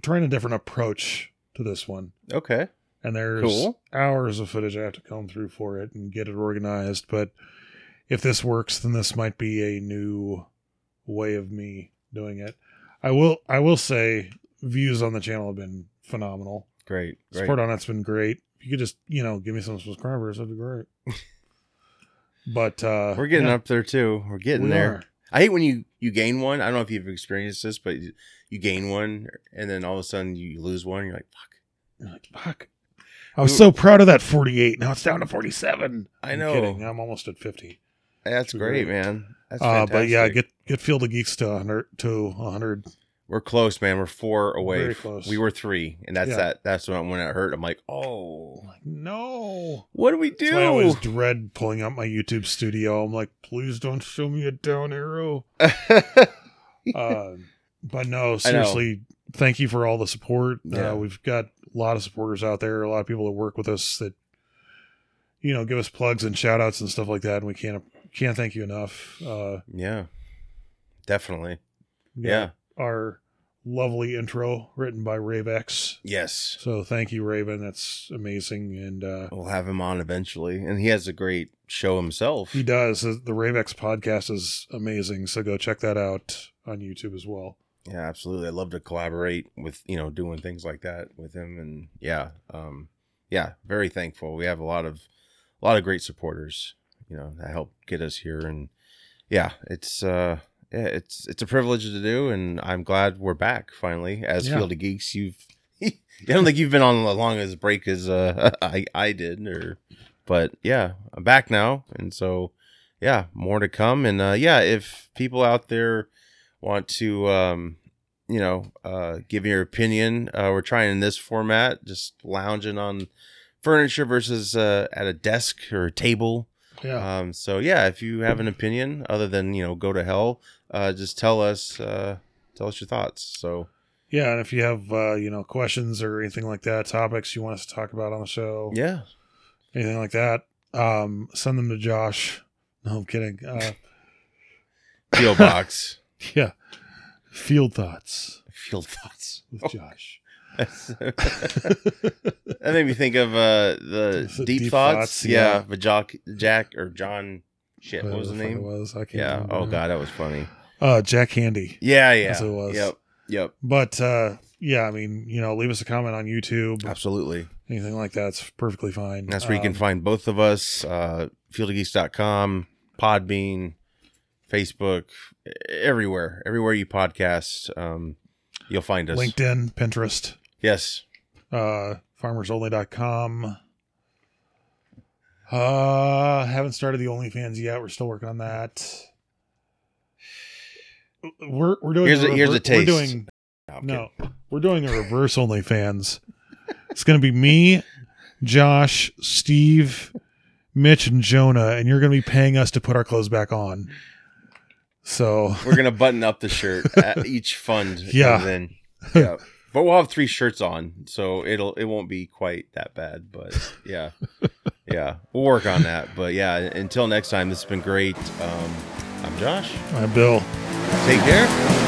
trying a different approach to this one. okay. And there's Cool. hours of footage I have to comb through for it and get it organized. But if this works, then this might be a new way of me doing it. I will I will say views on the channel have been phenomenal. Great. Great. Support on it's been great. If you could just, you know, give me some subscribers, that'd be great. but uh We're getting yeah, up there too. We're getting we there. are. I hate when you you gain one. I don't know if you've experienced this, but you, you gain one and then all of a sudden you lose one. You're like, fuck. You're like, fuck. I was so proud of that 48. Now it's down to 47. I I'm know. kidding. I'm almost at 50. That's We're great, great. man. That's Uh, fantastic. but yeah, get get Field of Geeks to 100 to 100. We're close, man. We're four away. Very close. We were three, and that's Yeah. that. That's when when it hurt. I'm like, oh, No. what do we That's why I always do? dread pulling up my YouTube studio. I'm like, please don't show me a down arrow. uh, but no, seriously, thank you for all the support. Yeah. Uh, we've got a lot of supporters out there, a lot of people that work with us that you know give us plugs and shout outs and stuff like that, and we can't can't thank you enough. Uh, yeah, definitely. we got Yeah, our lovely intro written by Ravex. Yes. So thank you, Raven. That's amazing. And uh, We'll have him on eventually. And he has a great show himself. he does. The the Ravex podcast is amazing. So go check that out on YouTube as well. Yeah, absolutely. I'd love to collaborate with, you know, doing things like that with him and yeah. Um yeah, very thankful. We have a lot of a lot of great supporters, you know, that help get us here and yeah, it's uh yeah, it's it's a privilege to do and I'm glad we're back finally as Yeah. Field of Geeks. You've I don't think you've been on as long as a break as uh I I did or but yeah, I'm back now and so yeah, more to come and uh yeah, if people out there want to um you know uh give your opinion uh we're trying in this format just lounging on furniture versus uh at a desk or a table Yeah. um so yeah if you have an opinion other than you know go to hell uh just tell us uh tell us your thoughts so Yeah. And if you have, uh, you know, questions or anything like that, topics you want us to talk about on the show, yeah anything like that, um, send them to Josh. No, I'm kidding. Uh, field box yeah. Field Thoughts field thoughts with Josh. that made me think of uh the It's the deep, Deep thoughts, Thoughts, yeah, yeah. but Jock, jack or john shit what Whatever was the fuck it name was. I can't yeah remember oh now. god that was funny Uh, Jack Handy. Yeah, yeah. That's what it was. Yep. Yep. But uh, yeah, I mean, you know, leave us a comment on YouTube, Absolutely. anything like that. It's perfectly fine. That's where you can Um, find both of us, uh fieldofgeeks.com, Podbean, Facebook, e- everywhere. Everywhere you podcast, um you'll find us. LinkedIn, Pinterest, Yes. uh, farmersonly.com. Uh, haven't started the OnlyFans yet. We're still working on that. We're we're doing Here's the a- here's a rever- taste. We're doing I'm no, we're doing the reverse OnlyFans. It's gonna be me, Josh, Steve, Mitch, and Jonah, and you're gonna be paying us to put our clothes back on. So kidding. We're gonna button up the shirt at each fund. Yeah. And then, yeah. But we'll have three shirts on, so it'll it won't be quite that bad. But yeah, yeah, we'll work on that. But yeah, until next time, this has been great. Um, I'm Josh. uh, Bill. Take care.